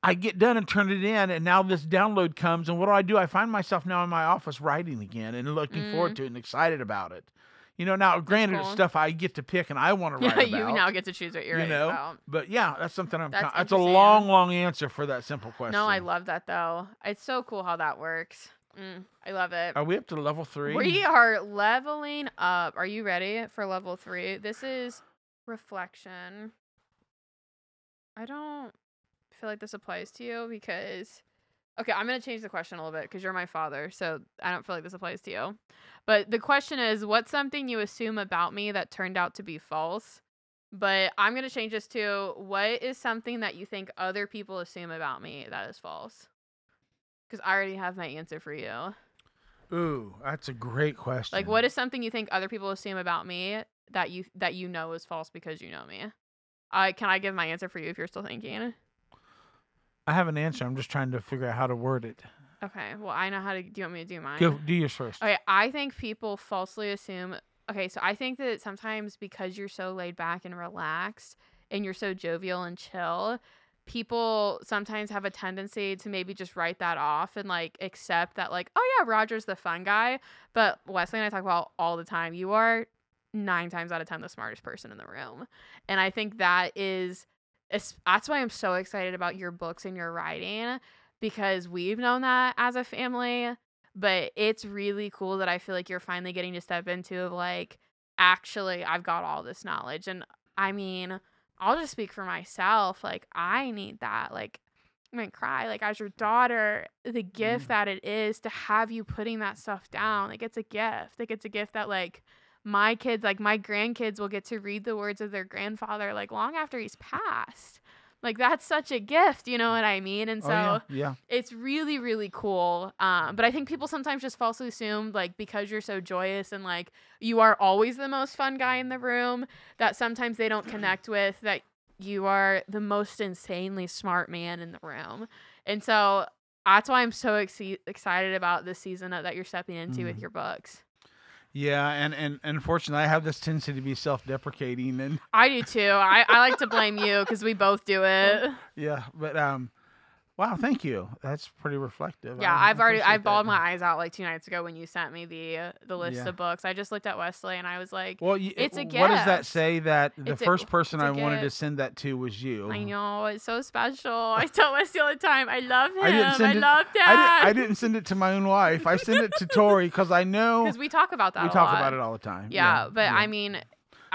I get done and turn it in, and now this download comes, and what do I do? I find myself now in my office writing again and looking forward to it and excited about it. You know, now granted, it's Mm. cool. stuff I get to pick and I want to Yeah, write you about. now get to choose what you're you writing know? about. But yeah, that's something I'm. That's That's, that's a interesting. long, long answer for that simple question. No, I love that though. It's so cool how that works. Mm, I love it. Are we up to level three? We are leveling up. Are you ready for level three? This is reflection. I don't feel like this applies to you because. Okay, I'm going to change the question a little bit because you're my father, so I don't feel like this applies to you. But the question is what's something you assume about me that turned out to be false? But I'm going to change this to what is something that you think other people assume about me that is false? Because I already have my answer for you. Ooh, that's a great question. Like, what is something you think other people assume about me that you that you know is false because you know me? Uh, can I give my answer for you if you're still thinking? I have an answer. I'm just trying to figure out how to word it. Okay. Well, I know how to. Do you want me to do mine? Go do yours first. Okay. I think people falsely assume. Okay, so I think that sometimes because you're so laid back and relaxed, and you're so jovial and chill, people sometimes have a tendency to maybe just write that off and like accept that like, oh yeah, Roger's the fun guy. But Wesley and I talk about all the time. You are nine times out of ten the smartest person in the room, and I think that is es- that's why I'm so excited about your books and your writing because we've known that as a family. But it's really cool that I feel like you're finally getting to step into of like, actually, I've got all this knowledge. And I mean, I'll just speak for myself. Like, I need that. Like, I'm gonna cry. Like, as your daughter, the gift that it is to have you putting that stuff down, like, it's a gift. Like, it's a gift that, like, my kids, like, my grandkids will get to read the words of their grandfather, like, long after he's passed. Like, that's such a gift. You know what I mean? And Oh, so yeah, yeah. it's really really cool um, but i think people sometimes just falsely assume like because you're so joyous and like you are always the most fun guy in the room that sometimes they don't connect with that you are the most insanely smart man in the room and so that's why i'm so ex- excited about this season that that you're stepping into with Mhm. your books Yeah, and, and and unfortunately, I have this tendency to be self-deprecating, and i do too i, I like to blame you because we both do it yeah, but um, wow, thank you. That's pretty reflective. Yeah, I- I I've already appreciate I've bawled that. my eyes out like two nights ago when you sent me the the list Yeah. of books. I just looked at Wesley and I was like, Well, you, It's a What does that gift. say? That the It's a- first person it's a I wanted to gift. send that to was you. I know it's so special. I tell Wesley all the time, I love him. I I, didn't send it- love I, di- I Dad. didn't send it to my own wife. I sent it to Tori because I know Because we, we talk about that. a talk lot. about it all the time. Yeah, but I mean,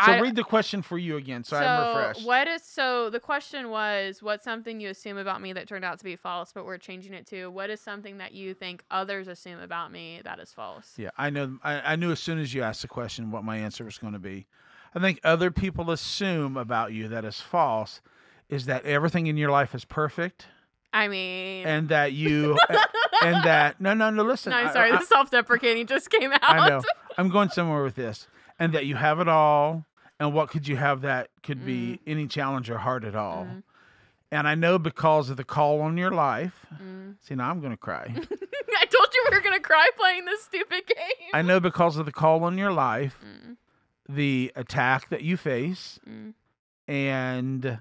So I read the question for you again, so, I'm refreshed. what is so the question was what's something you assume about me that turned out to be false, but we're changing it to what is something that you think others assume about me that is false. Yeah, I know. I, I knew as soon as you asked the question what my answer was going to be. I think other people assume about you that is false is that everything in your life is perfect I mean, and that you and that no no no listen no, I- I'm sorry, I, the self-deprecating just came out. I know I'm going somewhere with this and that you have it all and what could you have that could be any challenge or hard at all Mm. and I know because of the call on your life Mm. see now I'm going to cry I told you we were gonna cry playing this stupid game. I know because of the call on your life Mm, the attack that you face mm. and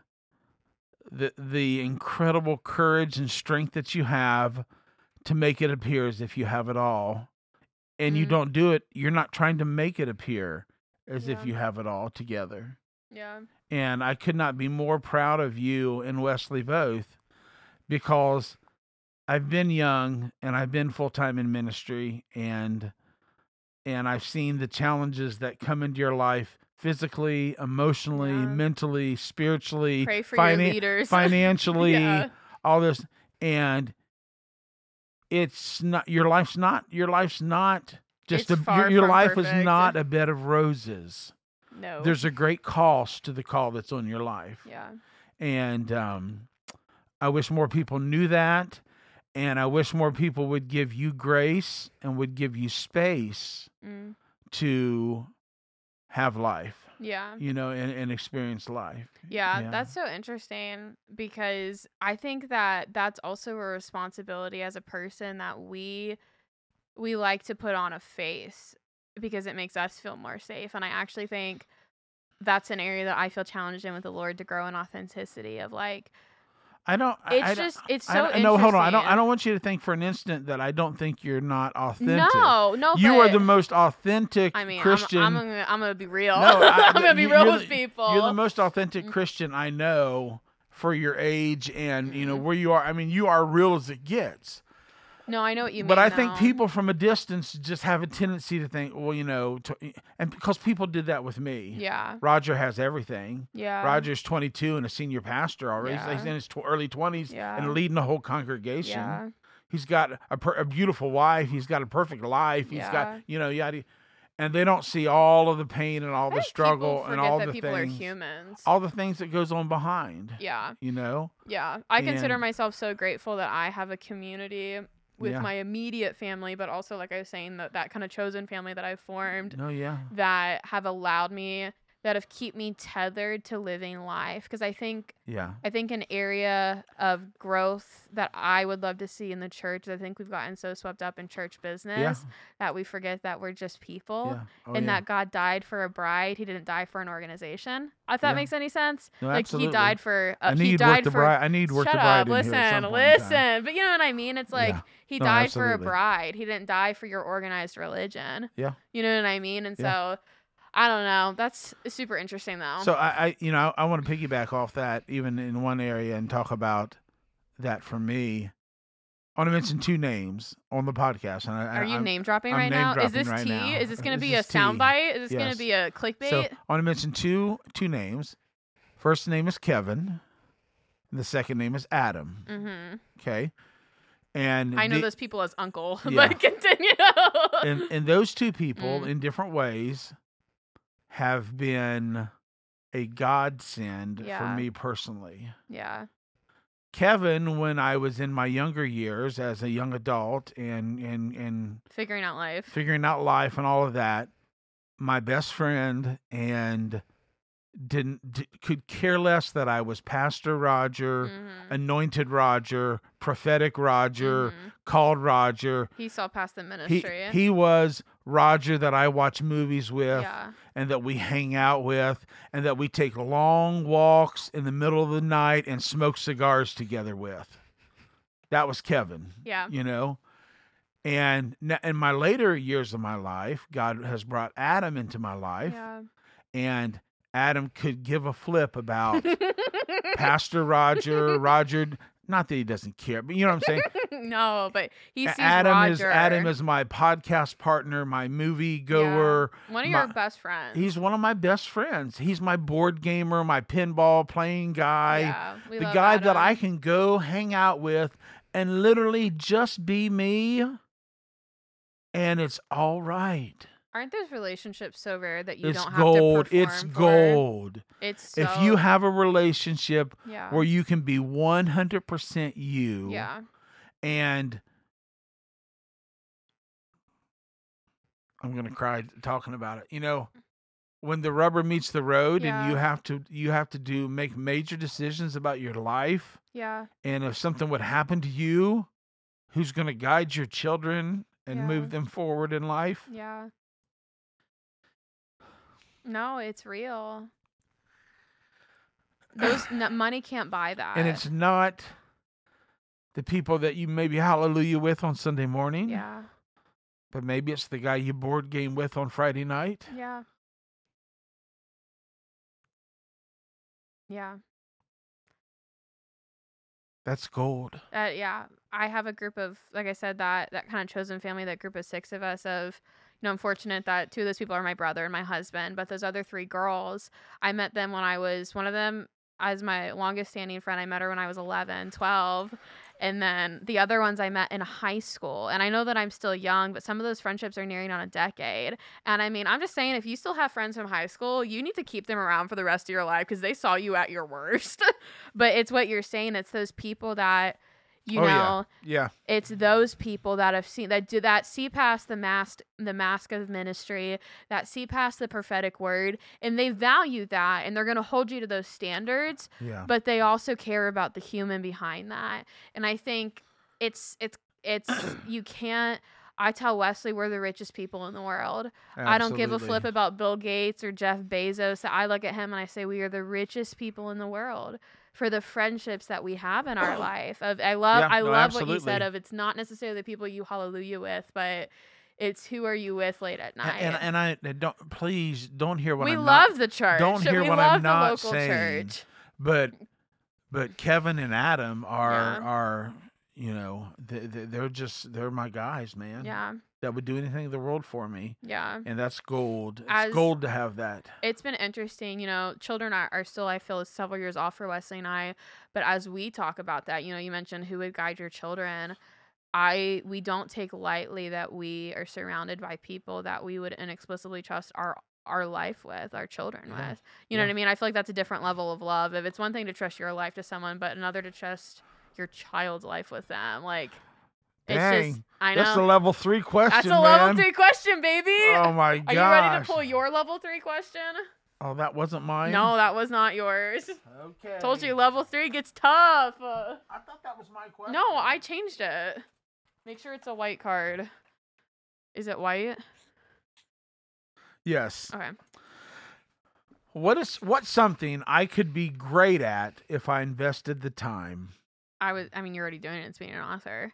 the the incredible courage and strength that you have to make it appear as if you have it all and you Mhm. don't do it you're not trying to make it appear as Yeah. if you have it all together Yeah. and I could not be more proud of you and Wesley both because I've been young and I've been full time in ministry and and I've seen the challenges that come into your life physically, emotionally, Yeah. mentally, spiritually, Pray for finan- your leaders. financially, yeah. all this and it's not your life's not your life's not just It's a, your- far your from life is perfect. not a bed of roses No. there's a great cost to the call that's on your life. Oh. Yeah. And um, I wish more people knew that. And I wish more people would give you grace and would give you space Mm. to have life, Yeah. you know, and, and experience life. Mm-hmm. Yeah, Yeah. that's so interesting because I think that that's also a responsibility as a person that we we like to put on a face because it makes us feel more safe and I actually think that's an area that I feel challenged in with the Lord to grow in authenticity of like I don't. I- It's I don't- just it's I so don't- no, hold on. I don't. I interesting. don't want you to think for an instant that I don't think you're not authentic. No, no. you are but- the most authentic I mean, Christian. I'm, I'm, gonna, I'm gonna be real. No, I- I'm gonna be you- real you're with the- people. You're the most authentic Mm. Christian I know for your age and you Mm. know where you are. I mean, you are real as it gets. no, I know what you mean. but I think though. people from a distance just have a tendency to think, well, you know, t- and because people did that with me. Yeah. Roger has everything. Yeah. Roger's 22 and a senior pastor already. He's- Yeah. He's in his tw- early 20s Yeah. and leading a whole congregation. Yeah. He's got a, per- a beautiful wife. He's got a perfect life. He's Yeah. got, you know, yada. And they don't see all of the pain and all I the think struggle people and forget all that the people things, are humans. all the things that goes on behind. yeah. You know, Yeah. I consider And- myself so grateful that I have a community with Yeah. my immediate family, but also, like I was saying, that, that kind of chosen family that I've formed no, yeah, that have allowed me, that have kept me tethered to living life. Because I think yeah, I think an area of growth that I would love to see in the church. I think we've gotten so swept up in church yeah, business that we forget that we're just people yeah. Oh, and yeah. that God died for a bride. He didn't die for an organization. If that Yeah. makes any sense, No, like absolutely. he died for. Uh, I need he work died the for. bride. I need work Shut the bride. up! in here at some Listen, point in time. listen. But you know what I mean. It's like Yeah. he No, died for a absolutely. bride. He didn't die for your organized religion. Yeah. You know what I mean. And so, I don't know. That's super interesting though. So I, I you know, I, want to piggyback off that even in one area and talk about that for me. I want to mention two names on the podcast, and I, I- Are you I'm- name dropping I'm right now? name Is this dropping tea? right now. Is this gonna This be a is tea. soundbite? Is this gonna Yes. be a So clickbait? I want to mention two two names. First name is Kevin, and the second name is Adam. mm-hmm. Okay, and I know the- those people as uncle, Yeah. but continue. and, and those two people Mm. in different ways have been a godsend Yeah. for me personally. yeah. Kevin, when I was in my younger years as a young adult and and and Figuring out life. figuring out life and all of that, my best friend and didn't d- could care less that I was Pastor Roger, Mhm. anointed Roger, prophetic Roger, Mhm. called Roger. He saw past the He ministry. he was Roger that I watch movies with yeah. and that we hang out with and that we take long walks in the middle of the night and smoke cigars together with. That was Kevin, Yeah. you know. And n- in my later years of my life, God has brought Adam into my life, Yeah. and Adam could give a flip about Pastor Roger, Roger. Not that he doesn't care, but you know what I'm saying. no, but he A- sees Adam Roger. is Adam is my podcast partner, my movie goer. one of your my- best friends. He's one of my best friends. He's my board gamer, my pinball playing guy, yeah, we the love guy that Adam. I can go hang out with and literally just be me. And it's all right. aren't those relationships so rare that you it's don't have gold. to perform It's for? gold. It's so, If you have a relationship yeah where you can be 100% you yeah and I'm going to cry talking about it. You know, when the rubber meets the road Yeah. and you have to you have to do make major decisions about your life yeah and if something would happen to you, who's going to guide your children and Yeah. move them forward in life? Yeah. No, it's real. Those n- money can't buy that. and it's not the people that you maybe hallelujah with on Sunday morning, yeah, but maybe it's the guy you board game with on Friday night. yeah, yeah. That's gold. Uh, yeah, I have a group of, like I said, that that kind of chosen family, that group of six of us. Of, you know, I'm fortunate that two of those people are my brother and my husband, but those other three girls, I met them when I was one of them as my longest standing friend. I met her when I was 11, 12. And then the other ones I met in high school. And I know that I'm still young, but some of those friendships are nearing on a decade. And I mean, I'm just saying, if you still have friends from high school, you need to keep them around for the rest of your life because they saw you at your worst. but it's what you're saying. It's those people that, you Oh, know, yeah. Yeah. it's those people that have seen that do that see past the mask the mask of ministry that see past the prophetic word and they value that and they're going to hold you to those standards Yeah. but they also care about the human behind that and i think it's it's it's you can't i tell wesley we're the richest people in the world I don't give a Absolutely. flip about Bill Gates or Jeff Bezos. I look at him and I say, we are the richest people in the world. for the friendships that we have in our life. Of I love Yeah, I no, love what you said absolutely. of it's not necessarily the people you hallelujah with, but it's who are you with late at A- night. and and I and don't please don't hear what we I'm love not, the church. don't hear we what love I'm not the local saying. church. but but Kevin and Adam are Yeah. are you know they, they, they're just they're my guys, man. Yeah. that would do anything in the world for me, Yeah. and that's gold. It's As- gold to have that. it's been interesting. You know, children are, are still, I feel, several years off for Wesley and I. But as we talk about that, you know, you mentioned who would guide your children. I we don't take lightly that we are surrounded by people that we would inexplicably trust our our life with, our children Yeah. with. You know Yeah. what I mean? I feel like that's a different level of love. If it's one thing to trust your life to someone, but another to trust your child's life with them, like it's just Dang. I know That's a level three question. That's a level man. three question, baby. Oh my are gosh! you ready to pull your level three question? Oh, that wasn't mine. No, that was not yours. Okay. Told you level three gets tough. Uh, I thought that was my question. no, I changed it. Make sure it's a white card. Is it white? Yes. Okay. What is what's something I could be great at if I invested the time? I was. I mean, you're already doing it. It's being an author.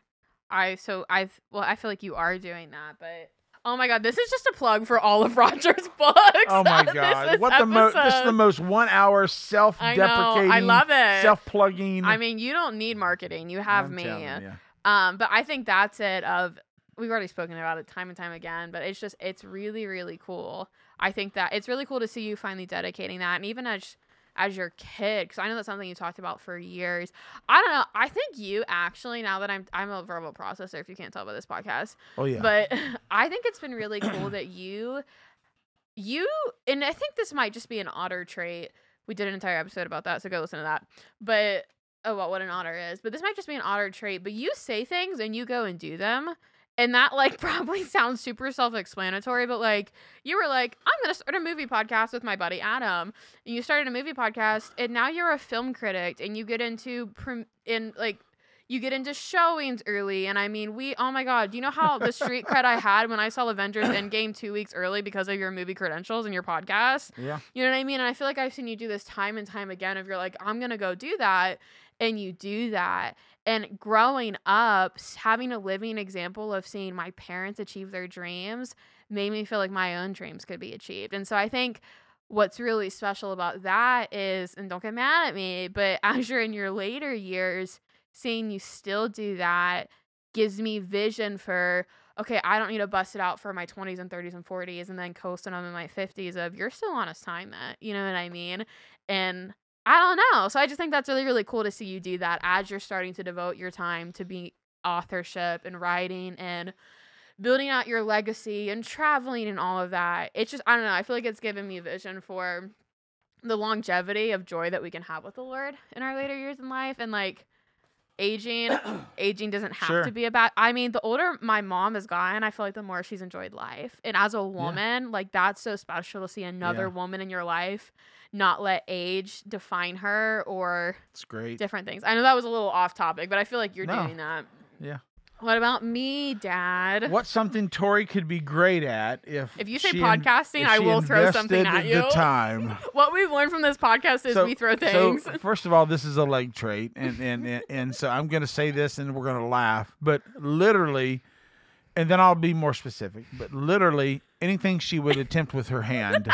I so I well, I feel like you are doing that, but oh my god, this is just a plug for all of Roger's books. Oh my This god! is what the most? This is the episode. most one-hour I know. self-deprecating. I love it. Self-plugging. I mean, you don't need marketing. You have I'm me. telling ya. Um, but I think that's it. Of we've already spoken about it time and time again, but it's just it's really really cool. I think that it's really cool to see you finally dedicating that, and even as as your kid, because I know that's something you talked about for years. I don't know. I think you actually now that I'm I'm a verbal processor. If you can't tell by this podcast, Oh yeah. but I think it's been really cool that you, you, and I think this might just be an otter trait. We did an entire episode about that, so go listen to that. But oh, well, what an otter is. But this might just be an otter trait. But you say things and you go and do them. And that like probably sounds super self-explanatory, but like you were like, I'm gonna start a movie podcast with my buddy Adam. And you started a movie podcast, and now you're a film critic, and you get into prom- in like you get into showings early and i mean we oh my god you know how the street cred i had when i saw avengers endgame two weeks early because of your movie credentials and your podcast yeah. you know what i mean and i feel like i've seen you do this time and time again if you're like i'm gonna go do that and you do that and growing up s- having a living example of seeing my parents achieve their dreams made me feel like my own dreams could be achieved and so i think what's really special about that is and don't get mad at me but as you're in your later years seeing you still do that gives me vision for okay i don't need to bust it out for my 20s and 30s and 40s and then coasting on in my 50s of you're still on assignment you know what i mean and i don't know so i just think that's really really cool to see you do that as you're starting to devote your time to be authorship and writing and building out your legacy and traveling and all of that it's just i don't know i feel like it's given me vision for the longevity of joy that we can have with the lord in our later years in life and like aging aging doesn't have Sure. to be about i mean the older my mom has gotten i feel like the more she's enjoyed life and as a woman like that's so special to see another Yeah. woman in your life not let age define her or It's great. different things i know that was a little off topic but i feel like you're No. doing that Yeah. what about me dad What's something Tori could be great at if If you say she in- podcasting, if I she will throw something invested at The you. time. what we've learned from this podcast is we throw things So first of all, this is a leg trait, and and and, and so I'm going to say this, and we're going to laugh, but literally, and then I'll be more specific. But literally, anything she would attempt with her hand.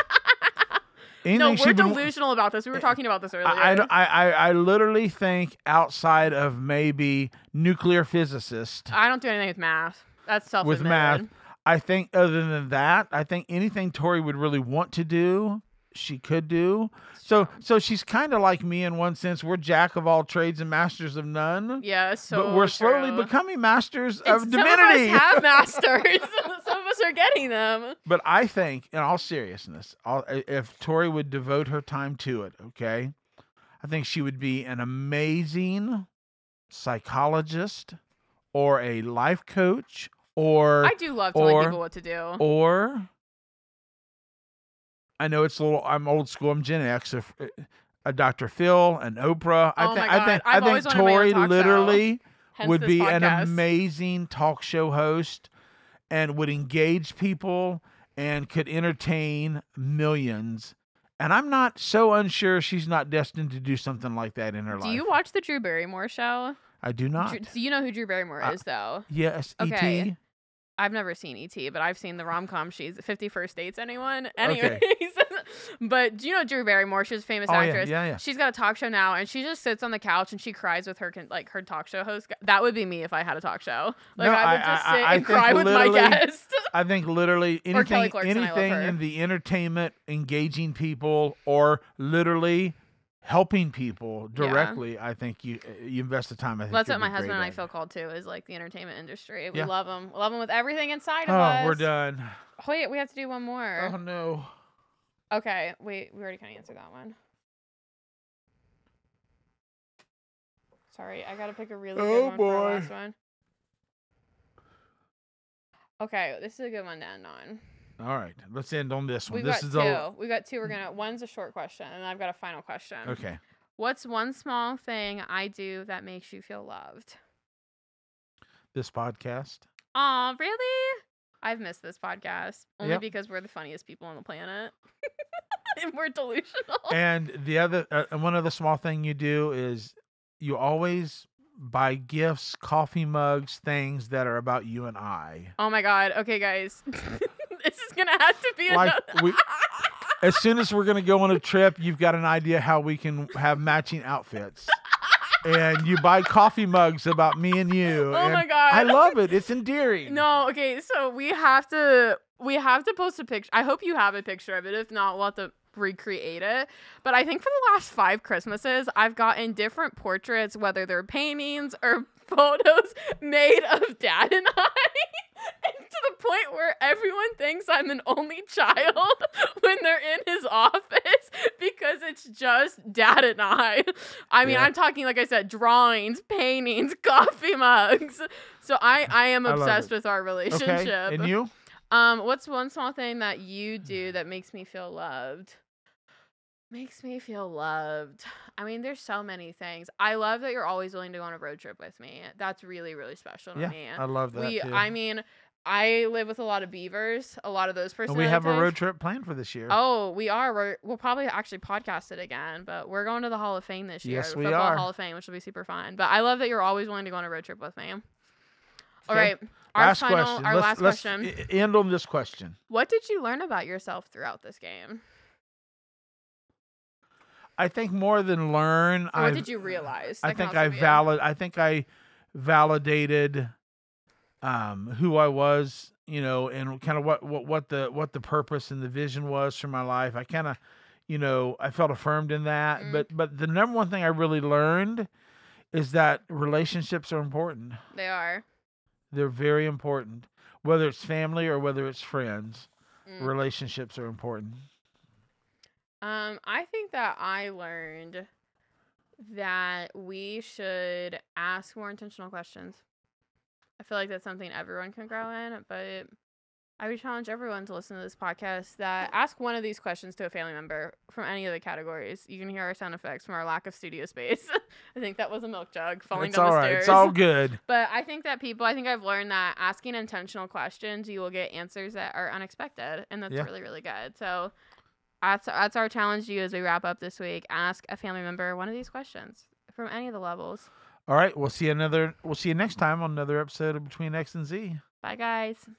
anything no she we're would wa- delusional about this we were talking about this earlier I, I, I, I I literally think outside of maybe nuclear physicist I don't do anything with math that's self with math. I think other than that, I think anything Tori would really want to do, she could do. So so she's kind of like me in one sense. We're jack of all trades and masters of none. yeah so but we're slowly true. becoming masters It's- of some divinity. of us have masters some of us are getting them but I think, in all seriousness, all, i- if Tori would devote her time to it, okay, I think she would be an amazing psychologist or a life coach or i do love telling or- people what to do or I know it's a little. I'm old school. I'm Gen X. If, uh, a Dr. Phil, an Oprah. I Oh think. my I think. God, I've I always think wanted my own Tori talk show. literally Hence would this be podcast. an amazing talk show host, and would engage people and could entertain millions. And I'm not so unsure she's not destined to do something like that in her Do life. you watch the Drew Barrymore show? I do not. Drew, so you know who Drew Barrymore Uh, is, though. yes, E Okay. E.T. I've never seen ET, but I've seen the rom com. She's Fifty First Dates. Anyone? Anyways, but do you know Drew Barrymore? She's a famous Oh, yeah, actress. yeah, yeah. She's got a talk show now, and she just sits on the couch and she cries with her con- like her talk show host. gu- That would be me if I had a talk show. Like No, I would I- just I- sit I and think cry with my literally- guest. I think literally Or Kelly anything, Clarkson, I love anything her. in the entertainment, engaging people, or literally helping people Yeah. directly. I think you uh, you invest the time. I think That's you'll what my be husband great and I at feel it. called to is like the entertainment industry. We Yeah. love 'em. love them. Love them with everything inside of us. Oh, we're done. Wait, we have to do one more. Oh no. Okay, wait, we already kind of answered that one. Sorry, I gotta pick a really good Oh, one for our boy. last one. Okay, this is a good one to end on. All right, let's end on this one. We've Oh, this got is two. a We've got two. We're gonna. One's a short question, and I've got a final question. okay. What's one small thing I do that makes you feel loved? This podcast. Aw, really? I've missed this podcast only Yep. because we're the funniest people on the planet, and we're delusional. and the other uh, and one other small thing you do is you always buy gifts coffee mugs things that are about you and i Oh my god. Okay, guys. this is gonna have to be Like, another. we- as soon as we're going to go on a trip you've got an idea how we can have matching outfits and you buy coffee mugs about me and you Oh my and God. i love it it's endearing no. Okay. So we have to. We have to post a picture. I hope you have a picture of it. If not, we'll have to recreate it. But I think for the last five Christmases, I've gotten different portraits, whether they're paintings or photos made of Dad and I. and to the point where everyone thinks I'm an only child when they're in his office because it's just Dad and I. I mean, Yeah. I'm talking like I said, drawings, paintings, coffee mugs. So I, I am I love obsessed it. with our relationship. okay and you Um, what's one small thing that you do that makes me feel loved? Makes me feel loved. I mean, there's so many things. I love that you're always willing to go on a road trip with me. That's really, really special to yeah me. i love that Oh, we, too. I mean, I live with a lot of beavers. A lot of those and personalities. we have a road trip planned for this year Oh, we are. We're, we'll probably actually podcast it again, but we're going to the Hall of Fame this year. Yes, the we Football are. Hall of Fame, which will be super fun. But I love that you're always willing to go on a road trip with me. All Okay. right. Our last final, question our let's, last let's question. e- end on this question What did you learn about yourself throughout this game? i think more than learn Or what I've- did you realize? I That can think also I be it. valid. I think I validated um, who I was, you know, and kind of what, what what the what the purpose and the vision was for my life. I kind of, you know, I felt affirmed in that. Mm. But but the number one thing I really learned is that relationships are important. They are. They're very important, whether it's family or whether it's friends. Mm. Relationships are important. Um, I think that I learned that we should ask more intentional questions. I feel like that's something everyone can grow in, but I would challenge everyone to listen to this podcast that ask one of these questions to a family member from any of the categories. You can hear our sound effects from our lack of studio space. I think that was a milk jug falling it's down all the right. stairs. It's all good. But I think that people, I think I've learned that asking intentional questions, you will get answers that are unexpected, and that's Yeah. really, really good. So that's that's our challenge to you as we wrap up this week. Ask a family member one of these questions from any of the levels. All right. We'll see another. We'll see you next time on another episode of Between X and Z. Bye, guys.